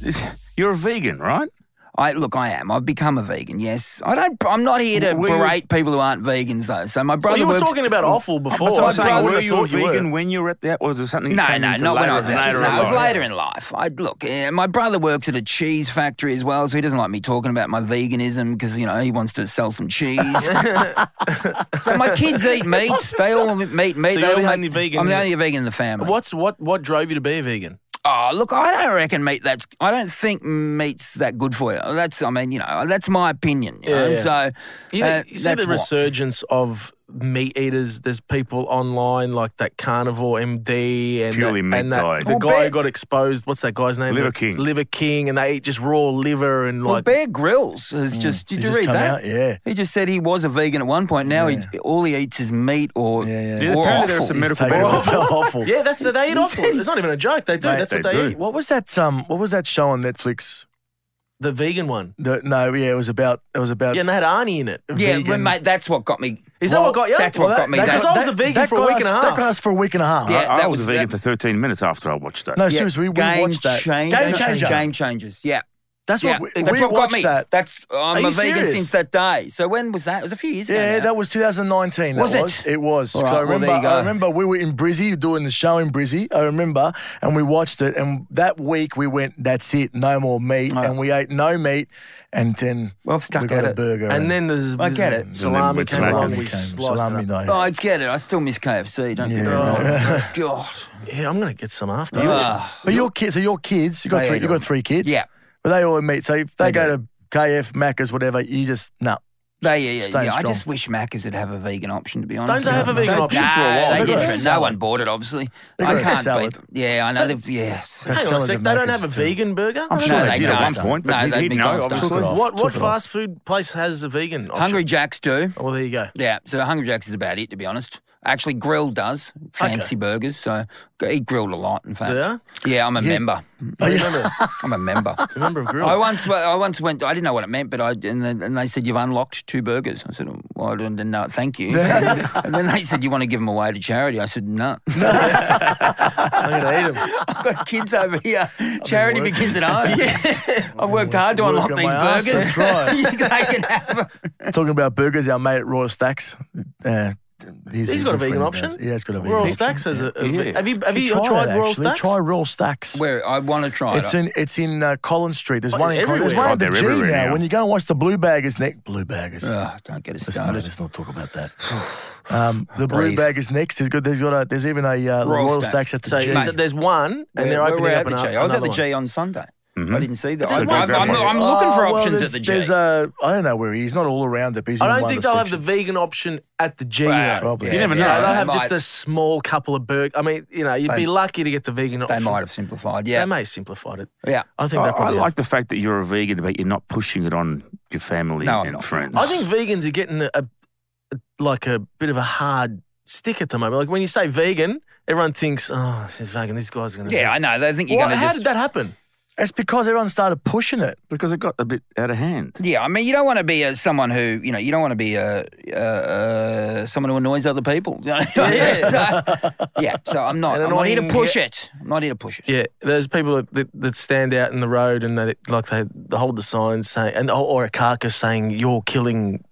D: you're a vegan, right?
C: I look, I am. I've become a vegan. Yes, I don't. I'm not here to
D: Were you-
C: berate people who aren't vegans though. So my
E: Well,
C: brother
E: Oh, you were
C: works-
E: talking about awful before.
D: So I'm
E: I
D: saying,
E: probably
D: were you a
E: thought you were.
D: vegan when you were at that, or is it something? that
C: No,
D: came
C: no,
D: into
C: not when I was
D: later-
C: out.
D: later
C: no,
D: in
C: it was
D: life?
C: later in life. I look. Uh, my brother works at a cheese factory as well, so he doesn't like me talking about my veganism because you know he wants to sell some cheese. so my kids eat meat. They all meat meat. they
E: you're
C: all
E: the
C: make-
E: only vegan
C: I'm the
E: in the-
C: only vegan in the family.
E: What's what? What drove you to be a vegan?
C: Oh, look, I don't reckon meat that's, I don't think meat's that good for you. That's, I mean, you know, that's my opinion. You
E: Yeah,
C: know?
E: yeah.
C: So,
E: You,
C: uh,
E: you see
C: that's
E: the
C: why.
E: resurgence of meat eaters. There's people online like that carnivore MD and
D: Purely
E: that,
D: meat
E: and that,
D: diet.
E: the
B: Well,
E: guy who
B: Bear-
E: got exposed. What's that guy's name?
D: Liver
E: The-
D: King.
E: Liver King, and they eat just raw liver and
C: Well,
E: like. Mm,
C: Bear Grylls has just, did
B: He's
C: you
B: just
C: read
B: come
C: that?
B: out, yeah.
C: He just said he was a vegan at one point. Now he all he eats is meat or
B: Yeah, yeah.
D: Yeah,
C: or
D: apparently there are
C: offal.
D: some medical
B: taken
D: benefits.
B: over. awful.
E: yeah, that's the they eat awful. It's not even a joke. They do.
B: Mate,
E: that's what
D: they
E: they
D: do.
E: eat.
B: What was that? Um, what was that show on Netflix?
E: The vegan one.
B: The, no, yeah, it was about. It was about.
E: Yeah, and they had Arnie in it.
C: Yeah,
B: vegan.
C: well, mate, that's what got me.
E: Is that
C: Well,
E: what got you?
C: That's what
E: Well,
C: got me.
E: that-
C: That,
E: because I was a vegan
B: that
E: for a
B: got
E: week
B: us-
E: and a half.
B: That got us for a week and a half.
C: Yeah.
D: I, I
C: that
D: was a
C: was-
D: vegan
C: that-
D: for 13 minutes after I watched that.
B: No,
C: yeah,
B: seriously, we, we
C: game
B: watched that.
C: changer.
B: Game changer.
C: Game changers. Yeah.
B: That's
C: yeah.
B: what we,
C: that's
B: we
C: what
B: watched
C: got me.
B: that.
C: That's I'm
E: Are
C: a
E: you
C: vegan
E: serious?
C: since that day. So when was that? It was a few years ago.
B: Yeah,
C: now.
B: that was 2019. that
C: Was it?
B: It was.
C: All
B: 'Cause I
C: right, well,
B: remember.
C: there you go.
B: I remember we were in Brizzy doing the show in Brizzy. I remember, and we watched it. And that week we went, "That's it, no more meat," and we ate no meat, and then
C: Well, I've stuck
B: we got
C: at
B: a
C: it.
B: burger.
E: And then there's,
C: I get
E: there's
C: it.
E: salami
D: And then
E: came along.
D: we
E: We
B: came,
E: sliced
B: salami
E: it up.
B: night.
C: Oh, I get it. I still miss KFC. Don't get me wrong. God.
E: Yeah, I'm gonna get some after.
C: Ah.
B: But your kids, so your kids, you got
C: They
B: three,
C: ate
B: you got
C: them.
B: three kids.
C: Yeah.
B: but they all meet. So if they, go to KF, Macca's, whatever, you just no.
C: No, yeah, yeah,
B: Staying
C: yeah. I
B: strong.
C: just wish Macca's would have a vegan option, to be honest.
E: they have a vegan
C: They-
E: option for a while?
C: They
B: They've got a
C: didn't. No
B: salad.
C: one bought it, obviously.
B: They've
C: I
B: got a
C: can't
B: salad.
C: beat them. Yeah, I know. they've-
B: That's
C: Yes.
E: Hang on a
B: selling
E: sec,
B: to
E: they don't
B: Macca's
E: have a
B: too.
E: vegan burger.
D: I'm sure
C: No,
D: they
C: they
D: did at
C: don't.
D: one point,
C: No,
D: but he
C: they'd
D: didn't
C: be
D: know,
C: gone.
D: obviously.
B: Took it off.
E: What what
B: Took it off.
E: fast food place has a vegan option?
C: Hungry Jacks do.
E: Oh, well, there you go.
C: Yeah, so Hungry Jacks is about it, to be honest. Actually, Grill does fancy burgers, so I eat grilled a lot. In fact,
E: Do
C: yeah, I'm a member.
E: Remember,
C: I'm a member.
E: remember a grill.
C: I once, went- I once went. I didn't know what it meant, but I and then and they said you've unlocked two burgers. I said, well, I didn't know. Thank you. and then they said you want to give them away to charity. I said, no.
E: I'm gonna eat them.
C: I've got kids over here. Charity
B: working-
C: begins at home. I've worked hard to unlock
B: working
C: these
B: my ass,
C: burgers.
B: that's right.
C: You- they can have 'em.
B: Talking about burgers, our mate at Royal Stacks. Uh,
E: He's
B: a
E: got a
B: good
E: vegan
B: friend of
E: option?
B: ours. Yeah, he's got a vegan
E: Royal
B: option.
E: Stacks has a. a
D: Yeah.
E: Have you have you
B: Try
E: tried
B: it,
E: Royal
B: actually.
E: Stacks?
B: Try Royal Stacks.
C: Where I want to try
B: It's
C: it.
B: in it's in uh, Collins Street. There's
E: Oh,
B: one in Collins. There's one
E: everywhere.
B: at the
D: Oh,
B: G
D: they're everywhere
B: now.
D: now.
B: When you go and watch the Blue Baggers next, Blue Baggers.
C: Oh, don't get us
B: Let's not,
C: started.
B: let's not talk about that. Um, the Blue
C: Breathe.
B: Baggers next is good. There's got a there's even a uh,
C: Royal
B: Royal,
C: Stacks.
B: Stacks at the
E: So
B: G.
E: is it- there's one, and
C: Where-
E: they're opening
C: where
E: up
C: at the
E: another.
C: G? I was at the
E: another
C: G on Sunday.
D: Mm-hmm. Hmm?
C: I didn't see that. I,
D: That's a good
C: am
D: grandmother.
C: looking for
B: Oh, well,
C: options
B: there's-
C: at the G.
B: There's a I don't know where he is. Not all around it, but he's
E: one.
B: in
E: I don't
B: one
E: think
B: of the
E: they'll have the
B: sections.
E: vegan option at the G.
C: Wow.
E: though.
B: Probably.
C: Yeah,
D: You never
E: You know,
D: know.
E: they'll have
C: They
E: just
C: might.
E: a small couple of burgers. I mean, you know, you'd be
C: They-
E: lucky to get the vegan
C: They
E: option.
C: might have simplified.
E: They
C: Yeah,
E: may have simplified it.
C: yeah.
E: I think
D: I,
E: they
D: I
E: probably.
D: like the fact that you're a vegan, but you're not pushing it on your family
C: No, I'm
D: and
C: not.
D: friends.
E: I think vegans are getting a, a, like a bit of a hard stick at the moment. Like when you say vegan, everyone thinks, oh, this is vegan. This guy's going to.
C: Yeah, I know. They think you're going to
E: how
C: just.
E: did that happen?
B: It's because everyone started pushing it.
D: because it got a bit out of hand.
C: Yeah, I mean, you don't want to be a, someone who, you know, you don't want to be a, uh uh someone who annoys other people. yeah, so, yeah, so I'm not.
E: An
C: I'm not here to
E: annoying-
C: push it. I'm not here to push it.
E: Yeah, there's people that, that, that stand out in the road and they, like they hold the signs saying, and or or a carcass saying, "You're killing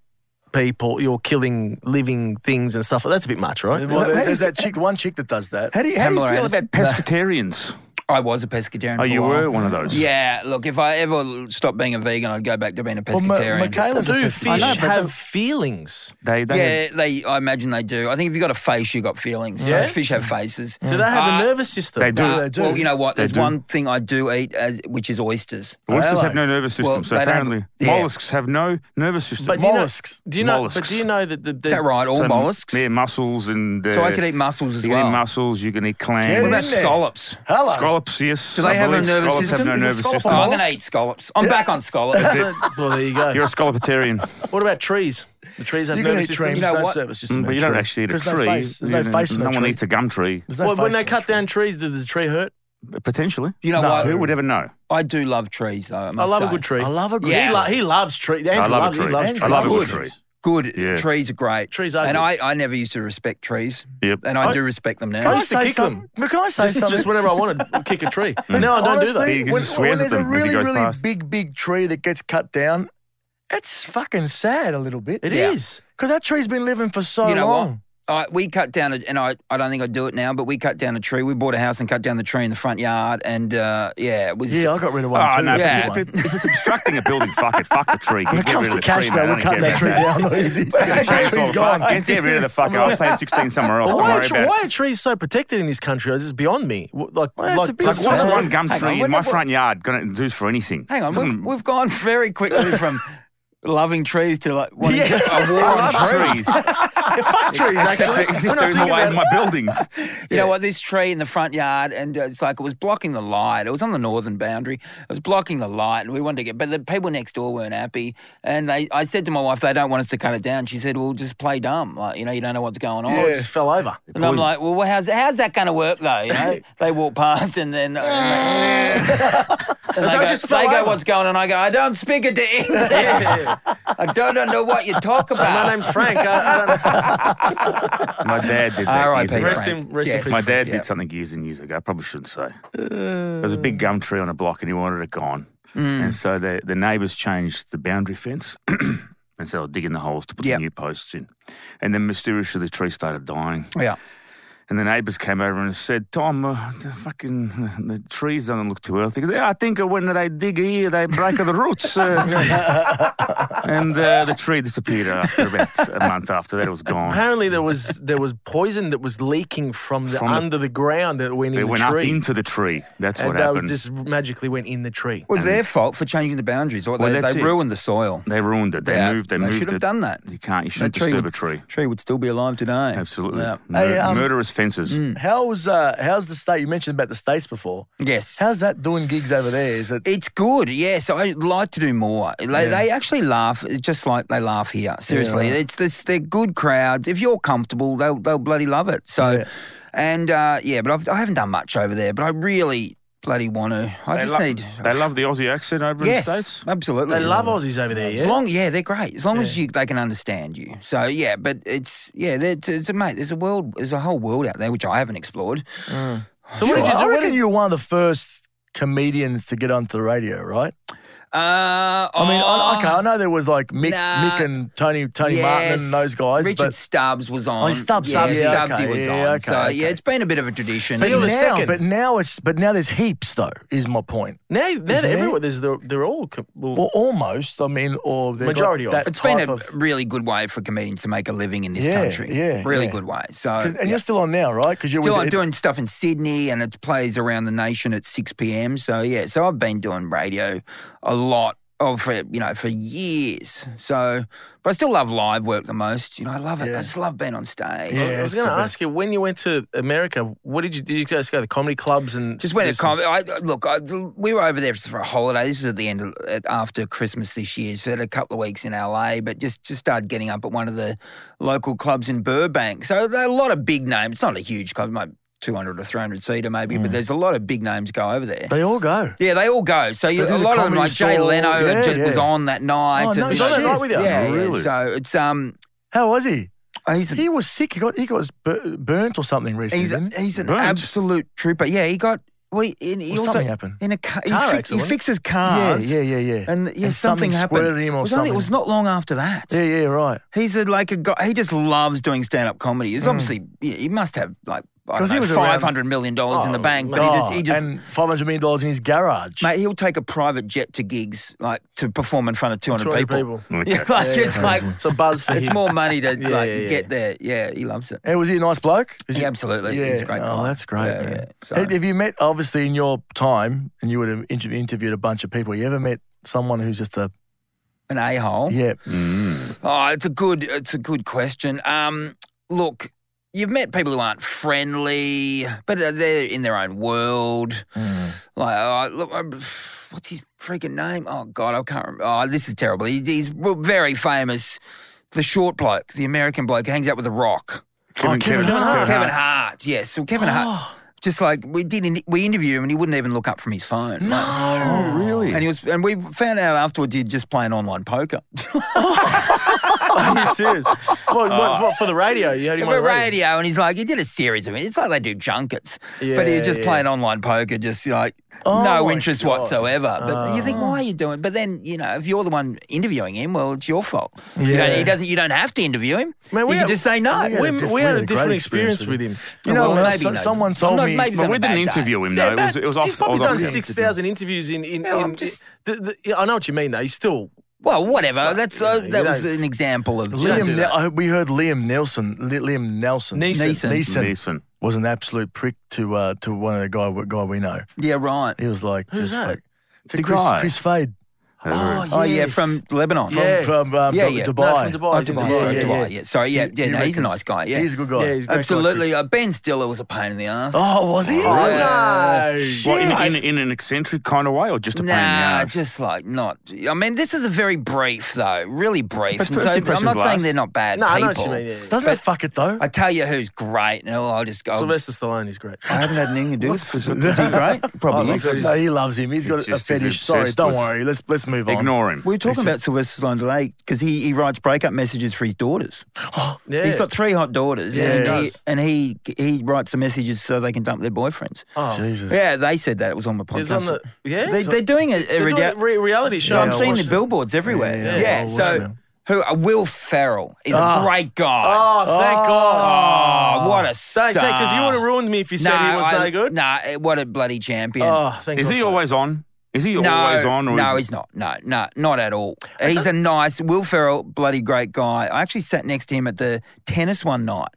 E: people. You're killing living things and stuff." That's a bit much, right?
B: Well, there- there's that chick, one chick that does that.
D: How do you, how do you
C: Pamela
D: feel
C: Anderson.
D: about pescatarians?
C: I was a pescatarian.
D: Oh,
C: for a
D: you
C: while.
D: were one of those.
C: Yeah, look, if I ever stopped being a vegan, I'd go back to being a
B: Ma-
C: pescatarian.
B: Michaela's a
E: Do
B: pescatarian. I
E: fish
B: know, but
E: have feelings?
D: They, they had-
C: yeah, they. I imagine they do. I think if you've got a face, you've got feelings. So
E: Yeah?
C: fish have faces.
E: Do they have
C: Uh,
E: a nervous system?
D: they do.
C: uh,
B: they do.
C: Well, you know what?
D: They
C: There's
D: do.
C: one thing I do eat, as, which is oysters.
D: Oysters
B: Hello.
D: have no nervous system,
C: Well,
D: so
C: they don't-
D: apparently
C: yeah.
D: mollusks have no nervous system.
E: But
B: Mollusks.
E: Do you know? But
D: Mollusks.
E: do you know that the, the
C: Is that right? All
D: So,
C: mollusks.
D: Yeah, mussels and. Uh,
C: So I could eat mussels as
D: You
C: well.
D: can eat mussels. You can eat
B: Get
D: clams.
C: What about
B: in there.
C: scallops?
B: Hello.
D: Scallops, yes.
C: Do they
D: I
C: have a
D: believe
C: nervous
D: scallops
C: system?
D: Have
B: Is
D: no
B: a
D: nervous
B: scallop a
D: system.
C: Oh, I'm going to eat scallops. I'm back on scallops.
E: well, there you go.
D: You're a scallopatarian, mm,
E: What about trees? The trees have
B: You can
E: nervous
B: eat
E: systems.
B: trees.
C: You know
B: no
C: what?
B: service system
D: Mm, but
B: in
D: you don't
B: tree.
D: actually eat a
B: There's
D: tree.
B: No, face. There's
D: You
B: no
D: know,
B: face in
D: no
B: a
D: one
B: tree.
D: eats a gum tree,
B: There's no
E: Well, when
B: face
E: they
B: in a
E: cut
B: tree.
E: down trees, does the tree hurt?
D: potentially.
C: You know
B: No.
C: what?
D: Who would ever know?
C: I do love trees, though. I,
E: I
C: must
E: love a
C: say.
E: good tree.
B: I love a good
C: Yeah.
E: He, lo- he loves trees. Andrew
D: I love
E: loves,
D: a tree.
E: He loves
D: I
E: trees.
D: love a good
B: Good.
D: tree.
C: good.
D: Yeah.
C: Trees are great.
E: Trees are
C: And
E: good.
C: I, I never used to respect trees.
D: Yep.
C: And I,
E: I-
C: do respect them
E: I
C: now.
E: used to kick them.
B: something? Can I say
E: Just,
B: something?
E: just whenever I wanted, I'd kick a tree.
D: Mm.
E: But now I don't do that.
B: Honestly,
D: Yeah, 'cause
B: when,
D: he swears
B: when
D: at
B: there's a
D: them as he
B: really,
D: goes
B: really
D: past.
B: big, big tree that gets cut down, it's fucking sad a little bit.
E: It is.
C: Yeah.
B: Because that tree's been living for so
C: You know what?
B: long.
C: I, we cut down, a, and I, I don't think I'd do it now, but we cut down a tree. We bought a house and cut down the tree in the front yard. And uh, yeah, it was.
B: Yeah, I got rid of one
D: Oh,
B: too.
D: no. if
C: Yeah.
D: it's- If, it, if it's obstructing a building, fuck it. Fuck the tree.
B: When
D: Get,
B: it comes
D: rid
B: to
D: of the
B: cash,
D: tree, man.
B: though,
D: I
B: we're
D: don't
B: cutting
D: care
B: that tree
D: about
B: down easy.
D: Tree's
B: that
D: all
B: tree's
D: fucked.
B: gone.
D: Get, get rid of the fucker. I'll plant 16 somewhere else.
E: But
D: Don't
E: why, are,
D: worry
E: tr-
D: about it.
E: why are trees so protected in this country? This is beyond me. W- Like,
B: Well, it's a
E: like,
B: bit
E: like
D: Like, what's
B: sad.
D: one gum
C: Hang on,
D: tree
C: what
D: in my
C: about-
D: front yard going to do for anything?
C: Hang on,
D: Something-
C: we've, we've gone very quickly from loving trees to like wanting a war
D: I
C: on
D: love
C: trees.
E: fuck trees,
D: Except,
E: actually. When
D: except
E: I
D: they're in the
E: think
D: way
E: about
D: of
E: it-
D: my buildings.
C: You know what? This tree in the front yard, and uh, it's like it was blocking the light. It was on the northern boundary. It was blocking the light, and we wanted to get. But the people next door weren't happy, and they. I said to my wife, they don't want us to cut it down. She said, "Well, just play dumb. Like you know, you don't know what's going on."
E: Oh, it just fell over.
C: And I'm like, well, how's how's that going to work though? You know, they walk past and then uh, and they, and they
E: that
C: go,
E: just
C: they
E: fell
C: go,
E: over?
C: what's going on? I go, I don't speak a ding. I don't know what you talk about.
E: My name's Frank. I, I don't know.
D: My dad did that.
C: R.I.P.
D: years ago.
E: Rest
C: Frank.
E: in, rest
C: Yes.
E: in peace.
D: My dad
C: Yeah.
D: did something years and years ago. I probably shouldn't say.
E: Uh.
D: there was a big gum tree on a block, and he wanted it gone.
E: Mm.
D: And so the the neighbours changed the boundary fence, and so they were digging the holes to put
C: Yep.
D: the new posts in. And then mysteriously, the tree started dying.
C: yeah.
D: And the neighbours came over and said, "Tom, uh, the fucking the trees don't look too healthy." He goes, yeah, I think when they dig here, they break the roots. Uh, and uh, the tree disappeared after about a month. After that, it was gone.
E: Apparently there was there was poison that was leaking from the
D: From the-
E: under the ground that went in
D: They
E: the
D: went up
E: tree,
D: into the tree. That's
E: and
D: what
E: that
D: happened.
E: was just magically went in the tree.
C: Was their fault for changing the boundaries? Or
D: Well,
C: they,
D: that's
C: they
D: it.
C: ruined the soil.
D: They ruined it. They
C: Yeah,
D: moved. They,
C: they
D: moved
C: should have
D: it.
C: done that.
D: You can't. You shouldn't
C: tree
D: disturb
C: would-
D: a tree.
C: Tree would still be alive today.
D: Absolutely.
C: Yeah. mm,
D: Mur-
B: Hey, um,
D: murderous fences.
B: How's, uh, how's the state? You mentioned about the states before.
C: Yes.
B: How's that doing gigs over there? Is it
C: It's good, yes. I'd like to do more. They, they actually laugh, it's just like they laugh here. Seriously, it's this. They're good crowds. If you're comfortable, they'll they'll bloody love it. So,
B: Yeah.
C: and uh, yeah, but I've, I haven't done much over there. But I really bloody want to. I
D: They
C: just
D: lo-
C: need.
D: They love the Aussie accent over
C: yes, Oh,
D: in the states.
C: absolutely.
E: They love Aussies over there,
C: As
E: yeah.
C: long, yeah, they're great. As long as you, they can understand you. So yeah, but it's yeah, they're- it's, it's a mate. There's a world, there's a whole world out there which I haven't explored.
B: Mm.
E: So what did you
B: I
E: do? What
B: reckon
E: did,
B: you were one of the first comedians to get onto the radio, right?
C: Uh, I
B: I mean,
E: Oh.
B: I, okay, I know there was like Mick,
C: nah.
B: Mick and Tony, Tony Martin
C: oh, Yes.
B: and those guys,
C: Richard
B: but
C: Stubbs was on.
B: Oh, Stubbs,
C: yeah,
B: Stubbs, yeah,
C: Stubbs
B: okay,
C: he was
B: yeah,
C: on.
B: okay,
C: so yeah,
B: okay.
C: it's been a bit of a tradition.
E: So you're the
B: now,
E: second.
B: but now it's but now there's heaps though. Is my point.
E: now, now
B: Isn't
E: that
B: it?
E: everywhere, there's the, they're all com- well,
B: Well, almost. I mean, or they've got
E: Majority of.
B: that
E: It's
C: it's been
B: type
C: a
B: of.
C: really good way for comedians to make a living in this
B: Yeah,
C: country.
B: yeah,
C: really
B: yeah.
C: good way. So
B: 'cause- and
C: yeah.
B: you're still on now, right? Because you're
C: still,
B: with
C: I'm
B: it-
C: doing stuff in Sydney, and it plays around the nation at six pm. So yeah, so I've been doing radio a lot. Of for you know for years, so but I still love live work the most. You know I love it. I just love being on stage.
E: I was going to ask you when you went to America. What did you did you guys go to comedy clubs and
C: Just went
E: do
C: to
E: some-
C: comedy. I, look, I, we were over there for a holiday. This is at the end of at- after Christmas this year, so had a couple of weeks in LA. But just just started getting up at one of the local clubs in Burbank. So there are a lot of big names. It's not a huge club, like two hundred or three hundred seater maybe,
B: Mm.
C: but there's a lot of big names go over there.
B: They all go.
C: yeah, they all go. So you,
B: They do
C: a
B: the
C: lot of them,
B: comedy
C: like Jay
B: store.
C: Leno,
B: Yeah,
C: just,
B: yeah.
C: was on that night.
B: Oh,
C: and
B: no
C: you
E: He's on
C: know,
E: that night with you?
C: Yeah, yeah.
D: Really?
C: So it's um,
B: How was he?
C: he's a,
B: He was sick. He got he got bur- burnt or something recently.
C: he's, a,
B: didn't he?
C: he's an
D: Burnt.
C: absolute trooper. Yeah, he got. We, and he
B: Or
C: also,
B: something happened.
C: in a car. He,
E: Car
C: fix, he
E: accident.
C: fixes
B: Yeah,
C: cars.
B: yeah, yeah, yeah.
C: And yeah,
B: And
C: something,
B: something
C: happened.
B: squirted him or
C: it was only-
B: something.
C: it was not long after that.
B: yeah, yeah, right.
C: He's a, like a guy. He just loves doing stand-up comedy. He's obviously yeah, he must have like
B: Mm.
C: I don't
B: 'Cause he
C: know,
B: was around- Oh,
C: five hundred million dollars in the bank, but he just he just.
B: and five hundred million dollars in his garage.
C: Mate, he'll take a private jet to gigs, like to perform in front of two hundred
E: 200
C: people.
E: people.
C: Yeah, like it's like
E: It's a buzz for
C: it's
E: him.
C: more money to
E: Yeah,
C: like
E: yeah, yeah.
C: get there. Yeah, he loves it.
B: Hey, was he a nice bloke? Is
C: Yeah,
B: he-
C: absolutely.
B: Yeah.
C: He's a great
B: oh,
C: guy.
B: that's great.
C: Yeah,
B: man.
C: yeah. So-
B: Have- Have you met, obviously, in your time, and you would have inter- interviewed a bunch of people, you ever met someone who's just a,
C: An a-hole.
B: yeah,
C: Oh, it's a good it's a good question. Um, look, you've met people who aren't friendly, but they're- they're in their own world.
B: Mm.
C: Like, oh, look, um, what's his freaking name? Oh God, I can't remember. Oh, this is terrible. He, he's very famous. The short bloke, the American bloke, who hangs out with the Rock.
B: Kevin Hart.
C: Kevin Hart. Yes, so Kevin Hart. Just like we did, in, we interviewed him and he wouldn't even look up from his phone. No,
D: Oh, really?
C: and he was, and we found out afterwards he'd just playing online poker.
E: Are you serious? What, what, what, for the radio? You heard him on
C: For
E: the radio.
C: radio, and he's like, he did a series of it. It's like they do junkets, but
E: Yeah,
C: he's just
E: yeah.
C: playing online poker, just like
E: Oh
C: no
E: my
C: interest
E: God.
C: whatsoever. But
E: Oh.
C: you think, why are you doing? But then you know, if you're the one interviewing him, well, it's your fault. You
E: Yeah.
C: don't, he doesn't. You don't have to interview him.
E: Man, we
C: you can
E: had-
C: just say no.
B: we had
E: We,
B: a diff-
E: we had a
B: great
E: different
B: experience
E: experience
B: with
E: with him.
B: You know,
C: Well,
B: uh,
C: maybe
B: so-
C: not.
B: someone told
C: I'm not-
B: me.
C: maybe
D: But
C: on
D: we
C: a
D: didn't
C: bad day.
D: interview him
E: Yeah,
D: though. It was,
E: but
D: it was off.
E: He's
D: I was
E: probably
D: off
E: done
D: the-
E: six thousand interviews in. in,
C: No, I'm
E: in
C: just-
E: the, the, yeah, I know what you mean. though. He's still.
C: Well, whatever. That's uh,
E: you
C: that was
E: don't-
C: an example of you don't
B: Liam,
C: do that.
B: Ne- I- we heard Liam Nelson. Li- Liam Nelson.
E: Neeson.
B: Neeson
D: Neeson.
B: was an absolute prick to uh, to one of the guy guy we know.
C: Yeah, right.
B: He was like
E: Who's
B: just
E: that?
B: like to
D: The
B: Chris
D: guy.
B: Chris Fade
C: Oh yeah,
E: yes.
C: from Lebanon.
E: Yeah.
B: from um,
C: Yeah,
B: Du-
C: yeah. No,
E: No,
B: Dubai.
E: from Dubai.
C: Oh,
E: he's in
C: Dubai,
E: Dubai.
C: sorry,
B: yeah,
C: Dubai,
B: yeah.
C: yeah. Sorry, yeah, yeah,
B: You
C: no, he's a
B: reckon?
C: nice guy. Yeah,
B: He's a good guy.
E: Yeah, he's a great
C: absolutely. Uh, ben Stiller was a pain in the ass.
B: oh, was he?
E: guy.
C: Yeah.
E: No.
D: What, in, in,
E: shit.
D: in an eccentric kind of way, or just a uh, pain in the
C: Nah,
D: ass?
C: just like not. I mean, this is a very brief though, really brief.
D: But
C: And
D: first
C: so I'm
D: impressions
C: not saying
D: last.
C: they're not bad
E: No, I know
C: people.
E: what you mean. Yeah, yeah.
B: Doesn't that fuck it though?
C: I tell you who's great, and I'll just go.
E: Sylvester Stallone is great.
C: I haven't had anything to do with this.
B: what's-
C: Is he great? Probably. is.
B: no, he loves him. He's
D: He
B: got a
D: just is
B: fetish. Sorry,
D: obsessed
B: don't
D: with-
B: worry. Let's let's move on.
D: Ignore him.
C: We were talking about Sylvester Stallone today because he, he writes breakup messages for his daughters.
E: Yeah.
C: He's got three hot daughters,
E: Yeah,
C: and,
E: he
C: he,
E: does.
C: and he he writes the messages so they can dump their boyfriends.
E: Oh.
B: Jesus.
C: Yeah, they said that it was on the podcast.
E: He's on the. Yeah.
C: they, they're doing it
E: They're
C: every
E: doing
C: day.
E: a re- reality show.
C: No,
E: I
C: I'm seeing
E: watched
C: the
E: it.
C: billboards everywhere.
B: Yeah,
C: Yeah,
B: yeah, yeah. I watch
C: so
B: them.
C: who? Uh, Will Ferrell is
B: Ah.
C: a great guy.
E: Oh, thank God.
C: Oh, what a star!
E: Thank, thank, because you would have ruined me if you said he was
C: I-
E: no good.
C: Nah, eh, what a bloody champion!
E: Oh, thank
D: Is
E: God
D: he
E: for that.
D: always on? Is he
C: no,
D: always on? Or
C: no,
D: is
C: he's not. No, no, not at all. He's a nice Will Ferrell, bloody great guy. I actually sat next to him at the tennis one night.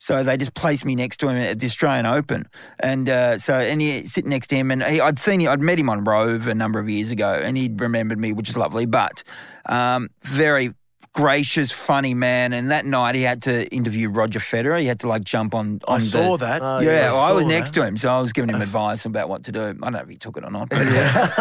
C: So they just placed me next to him at the Australian Open, and uh, so and he sitting next to him, and he, I'd seen him, I'd met him on Rove a number of years ago, and he'd remembered me, which is lovely. But um, very gracious, funny man. And that night he had to interview Roger Federer. He had to like jump on. on
B: I saw
C: the,
B: that.
E: Oh,
C: yeah,
E: yeah, I
C: well, I, was
E: saw
C: next
E: that.
C: to him, so I was giving him advice about what to do. I don't know if he took it or not. But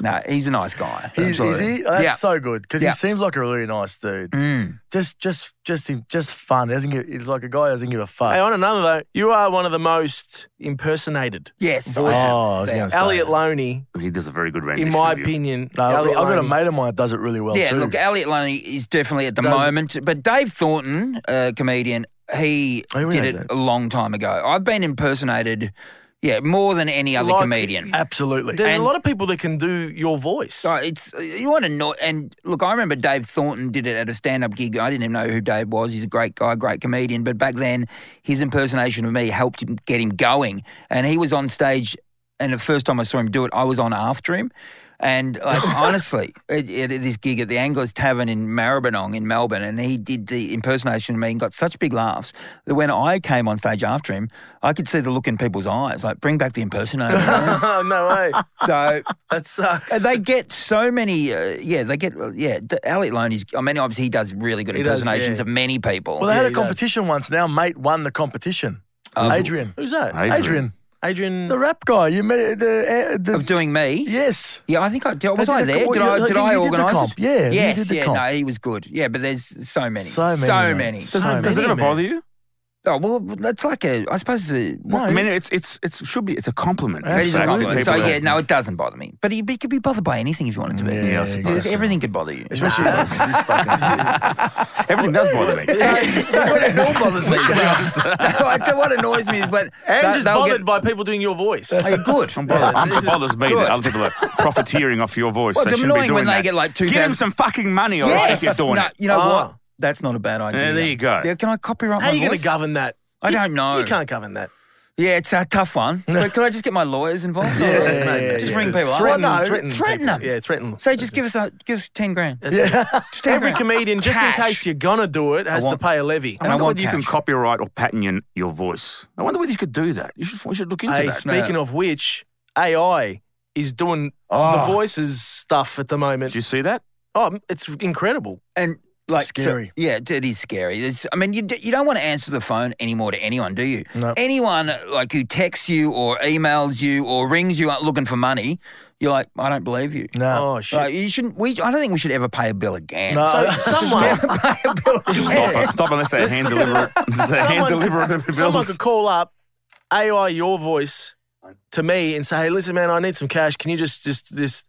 C: no, he's a nice guy.
B: He's, is
C: Absolutely.
B: he? Oh, that's
C: yeah.
B: so good because
C: Yeah.
B: he seems like a really nice dude.
C: Mm.
B: Just, just, just, him- just fun. He doesn't give. He's like a guy who doesn't give a fuck.
E: Hey, on another though, you are one of the most impersonated.
C: Yes.
E: Voices.
B: Oh, I was gonna say.
E: Elliot Loney,
D: he? He does a very good rendition.
E: in my
D: of you.
E: opinion.
B: No, I've
E: Elliot
B: got a
E: Loney.
B: mate of mine that does it really well.
C: Yeah,
B: too.
C: look, uh, Elliot Loney is definitely at the
E: Does-
C: moment, but Dave Thornton, a comedian, he
B: Oh, we
C: did
B: know
C: it
B: that.
C: a long time ago. I've been impersonated, yeah, more than any other
E: Like-
C: comedian.
B: absolutely.
E: There's
C: and-
E: a lot of people that can do your voice.
C: Oh, it's you want to know. And look, I remember Dave Thornton did it at a stand-up gig. I didn't even know who Dave was. He's a great guy, great comedian. But back then, his impersonation of me helped him get him going. And he was on stage, and the first time I saw him do it, I was on after him. And like, honestly, it, it, at this gig at the Anglers Tavern in Maribyrnong in Melbourne, and he did the impersonation of me and got such big laughs that when I came on stage after him, I could see the look in people's eyes, like bring back the impersonator. man."
E: Oh, no way.
C: so
E: That sucks.
C: uh, They get so many, uh, yeah. They get, uh, yeah. D- Elliot Loney's. I mean, obviously he does really good
E: He does,
C: impersonations
E: yeah.
C: of many people.
B: well, they
E: Yeah,
B: had a
E: he does.
B: competition once. Now, mate won the competition.
C: Of-
B: Adrian.
E: Who's that?
D: Adrian.
B: Adrian,
E: Adrian.
B: the rap guy. You met it- the uh,
C: of
B: the.
C: doing me.
B: Yes.
C: Yeah, I think I did. Was
B: They
C: I
B: did a
C: there?
B: co-
C: Did
B: you-
C: I?
B: you
C: did
B: did-
C: I
B: you did the
C: organise
B: comp.
C: it?
B: Yeah, you
C: Yes.
B: did the
C: yeah.
B: comp.
C: No, he was good. Yeah, but there's so many.
B: So many, mate.
C: many.
B: So many.
D: Does it ever
E: man.
D: bother you?
C: Oh well, that's like a. I suppose the.
B: No,
D: I mean, it's it's it's should be it's a compliment.
B: That
C: That is a
B: Absolutely.
C: compliment. So
D: People that-
C: yeah, no, it doesn't bother me. But he, he could be bothered by anything if you wanted to be.
B: Yeah,
D: Yeah, I
B: exactly.
D: suppose.
C: Everything could bother you.
B: Especially this, this fucking.
D: everything does bother me.
C: so what it all bothers me. is when- no, I- what annoys me is when
E: and
C: they'll-
E: just
C: they'll get-
E: bothered by people doing your voice.
C: Are you good?
D: Well, it bothers me
C: Good.
D: that other people are profiteering off your voice.
C: Well,
D: they
C: it's
D: shouldn't be
C: annoying when
D: doing
C: they
D: that.
C: get like two
D: Give them
C: thousand.
D: some fucking money, all right,
C: Yes.
D: if Oh, you're doing
C: no,
D: it.
C: you know
E: Ah.
C: what? That's not a bad idea.
D: Yeah, there you go.
C: Yeah, can I copyright
E: How
C: my
E: are you going
C: voice?
E: to govern that?
C: I don't know.
E: You can't govern that.
C: Yeah, it's a tough one. but could I just get my lawyers involved? yeah,
B: yeah,
C: just
B: yeah.
C: ring people
E: Threaten,
C: up. Well, no,
E: threaten, people.
C: them.
E: Yeah, threaten them.
C: So just give us a, give us ten grand.
B: yeah.
C: Just 10
E: Every
C: grand.
E: comedian, just in
C: Cash.
E: case you're gonna do it, has
C: I
E: to
C: want-
E: pay a levy.
C: And I
D: wonder
C: want
D: whether you can
C: cash.
D: copyright or patent your, your voice. I wonder whether you could do that. You should, we should look into
E: Hey,
D: that.
E: speaking of which, AI is doing the
D: Oh.
E: voices stuff at the moment.
D: Did you see that?
E: oh, it's incredible.
C: and like so-
B: Scary.
C: yeah, it is scary. It's, I mean, you d- you don't want to answer the phone anymore to anyone, do you?
B: No.
C: Anyone like who texts you or emails you or rings you up looking for money, you're like, I don't believe you.
B: No.
E: oh shit!
C: Like, you shouldn't. We. I don't think we should ever pay a bill again.
B: No.
E: so
D: Uh,
E: someone,
C: Never pay a bill
D: Stop,
C: again.
D: it. Stop unless they hand deliver it. They hand
E: someone,
D: deliver it. to people.
E: someone could call up AI your voice to me and say, "Hey, listen, man, I need some cash. Can you just just this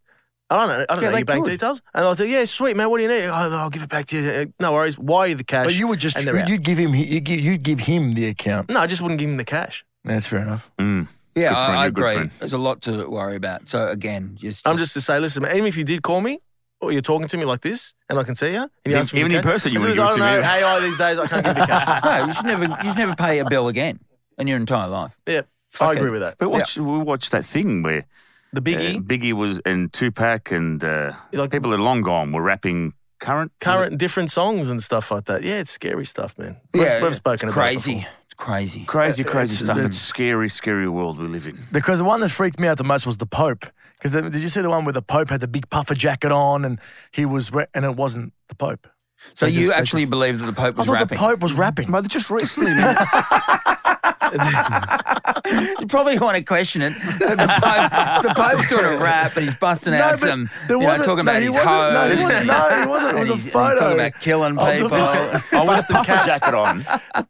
E: I don't know. I don't
C: Yeah,
E: know
C: they
E: your bank
C: could.
E: details. And I said, yeah, sweet, man. What do you need? Oh, I'll give it back to you. Uh, No worries. Wire you the cash.
B: But you would just
E: and
B: tr-
E: they're out.
B: you'd give him you'd give, you'd give him the account.
E: No, I just wouldn't give him the cash.
B: That's fair enough.
D: Mm.
C: Yeah, I,
D: Good friend,
C: I
D: you're a good
C: agree.
D: friend.
C: There's a lot to worry about. So again, just,
E: I'm just to say, listen, man, even if you did call me or you're talking to me like this and I can see you and you
D: Even-
E: ask me
D: even
E: for
D: in
E: cash,
D: person you
E: as
D: wouldn't
E: soon as
D: give it
E: I
D: to
E: don't
D: me,
E: know, AI these days, I can't give you cash.
C: no, you should never you should never pay a bill again in your entire life.
E: Yeah, I
C: Okay.
E: agree with that.
D: But watch, we watched that thing where
E: The
D: uh,
E: biggie,
D: Biggie was and Tupac and uh,
E: Like-
D: people that are long gone were rapping current.
E: current different songs and stuff like that. Yeah, it's scary stuff, man.
C: Yeah,
E: we've, we've spoken
C: it's
E: about it
C: crazy.
E: before.
C: It's crazy.
D: Crazy, crazy
B: it's-
D: stuff.
B: it's-
D: It's scary, scary world we live in.
B: Because the one that freaked me out the most was the Pope. Because did you see the one where the Pope had the big puffer jacket on and he was re- and it wasn't the Pope.
C: So
B: They
C: you
B: just- they
C: actually
B: just-
C: believe that the Pope
B: I
C: was
B: thought
C: rapping?
B: the Pope was rapping.
D: But just recently, man.
C: You probably want to question it. The Pope, the Pope's doing a rap, but he's busting
B: No, but
C: out some,
B: there
C: you know,
B: wasn't-
C: talking
B: no,
C: about
B: he
C: his
B: wasn't-
C: hoe.
B: no, he wasn't- no, he wasn't. It
C: and
B: was a
C: he's,
B: photo.
C: He's talking about killing
B: Oh, the-
C: people.
D: I was the puffer jacket on.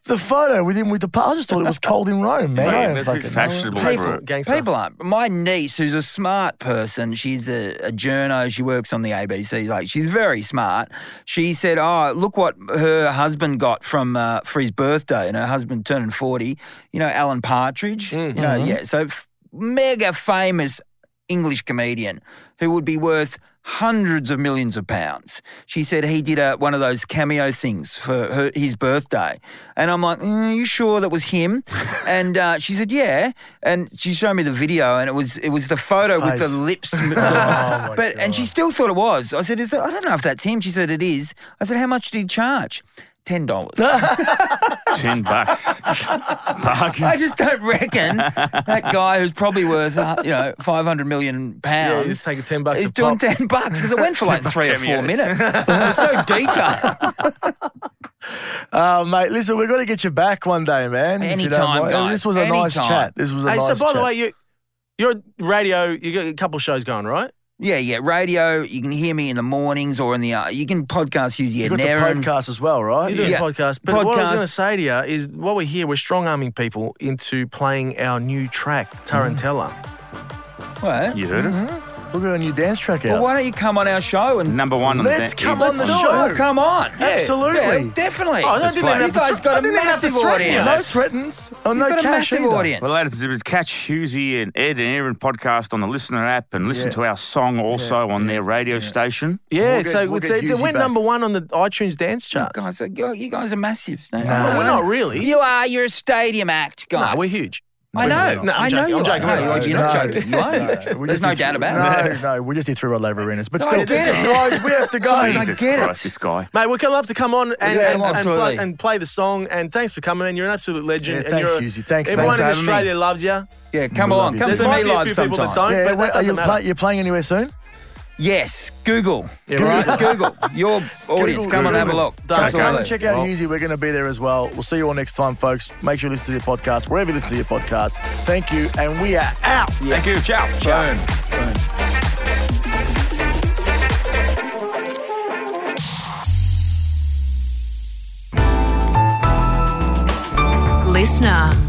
B: The photo with him with the Pope. I just thought it was cold in Rome, man. I
D: Mate,
B: don't
D: that's
B: fucking know.
D: fashionable for
E: People,
D: it.
E: gangster.
C: People aren't. My niece, who's a smart person, she's a, a journo. She works on the ABC. Like she's very smart. She said, "Oh, look what her husband got from uh, for his birthday, and her husband turning forty. You know, Alan Partridge. You know, yeah. So f- mega famous English comedian who would be worth." Hundreds of millions of pounds. She said he did a, one of those cameo things for her, his birthday, and I'm like, mm, "Are you sure that was him?" and uh, she said, "Yeah." And she showed me the video, and it was it was the photo with the
B: Face. Oh
C: lips.
E: Oh
B: my
C: but and she still thought it was. I said, Is that, I don't know if that's him. She said it is. I said, How much did he charge? Ten dollars.
D: Ten bucks. Bargain.
C: I just don't reckon that guy who's probably worth uh, you know five hundred million
E: Yeah,
C: pounds.
E: just take a ten bucks.
C: He's
E: a
C: doing
E: pop.
C: ten bucks because it went for like three or four
D: cameos.
C: minutes. It's so detailed.
B: Uh, mate, listen, we've got to get you back one day, man. if you don't
C: Anytime,
B: mind. Uh,
C: guys.
B: This was a nice
C: Anytime.
B: chat. This was a
E: Hey,
B: nice
E: so by
B: chat.
E: the way, you your radio, you got a couple shows going, right?
C: Yeah, yeah. Radio. You can hear me in the mornings or in the. Uh, you can podcast. Who's
B: you got the
C: yeah,
B: podcast as well, right?
E: You do
C: Yeah.
E: a podcast. But what I was
C: Podcast.
E: going to say to you is, while we're here, we're strong arming people into playing our new track, Tarantella.
C: Mm-hmm. What?
D: You heard it?
B: We'll get a new dance track out.
C: Well, why don't you come on our show and
D: Number one on
B: Let's
D: the
B: come on the
D: Let's do it.
B: show.
C: Oh, come on.
B: Absolutely.
C: Yeah, definitely.
E: Oh, I didn't even
C: you
E: have to-
C: guys
E: I
C: got a
E: didn't even have to
C: massive
E: threaten you.
C: audience.
B: No threatens. Oh, no
C: You've got a
B: cash
C: massive
B: either.
C: audience.
D: Well, ladies and gentlemen, catch Husey and Ed and Aaron podcast on the listener app and listen
B: Yeah.
D: to our song also on their radio station.
E: Yeah,
B: We'll get-
E: so
B: we'll
E: it's,
B: get
E: it
B: Husey
E: went
B: back.
E: number one on the iTunes dance charts.
C: guys, uh, you you guys are massive. No,
E: Well, we're not really.
C: You are. You're a stadium act,
E: Nah,
C: guys.
E: we're huge.
C: I know.
E: not. No, I'm
C: I know
E: joking,
C: you
E: I'm
C: are.
E: joking,
C: No,
E: we're
C: you're-
E: not.
C: you're not
B: No.
C: joking. You are.
B: We
C: There's
B: just
C: no
B: did
C: doubt
B: three-
C: about it.
B: No, no, we just did three roll over arenas. But
C: No, I
B: still,
C: get it.
B: guys, we have to go.
C: I
D: Jesus
C: get it.
D: Christ, this guy.
E: Mate, we'd love to come on and,
C: Yeah,
E: and, and,
C: absolutely.
E: play, and play the song. And thanks for coming, man. You're an absolute
B: Yeah,
E: legend. and
B: thanks,
E: you're a-
B: Husey. Thanks,
C: thanks
E: Everyone
C: for having
E: in
C: me.
E: Australia loves you.
C: Yeah, come
B: love
C: along.
B: you.
C: Come
E: There
C: to
E: might
C: me
E: be a
C: live
E: few people that don't.
C: sometime.
B: Yeah,
E: but that
B: wait, are
E: doesn't
B: you
E: matter.
B: play- you're playing anywhere soon?
C: Yes, Google.
E: Yeah,
C: Google.
E: right.
C: Google. Your audience.
B: Google.
C: Come and have a
B: Google.
C: look.
E: Done.
B: Come
C: Absolutely.
B: and check out Newsy. We're going to be there as well. We'll see you all next time, folks. Make sure you listen to your podcast, wherever you listen to your podcast. Thank you, and we are out.
D: Thank you. Ciao. Ciao.
C: Boom.
A: Listener.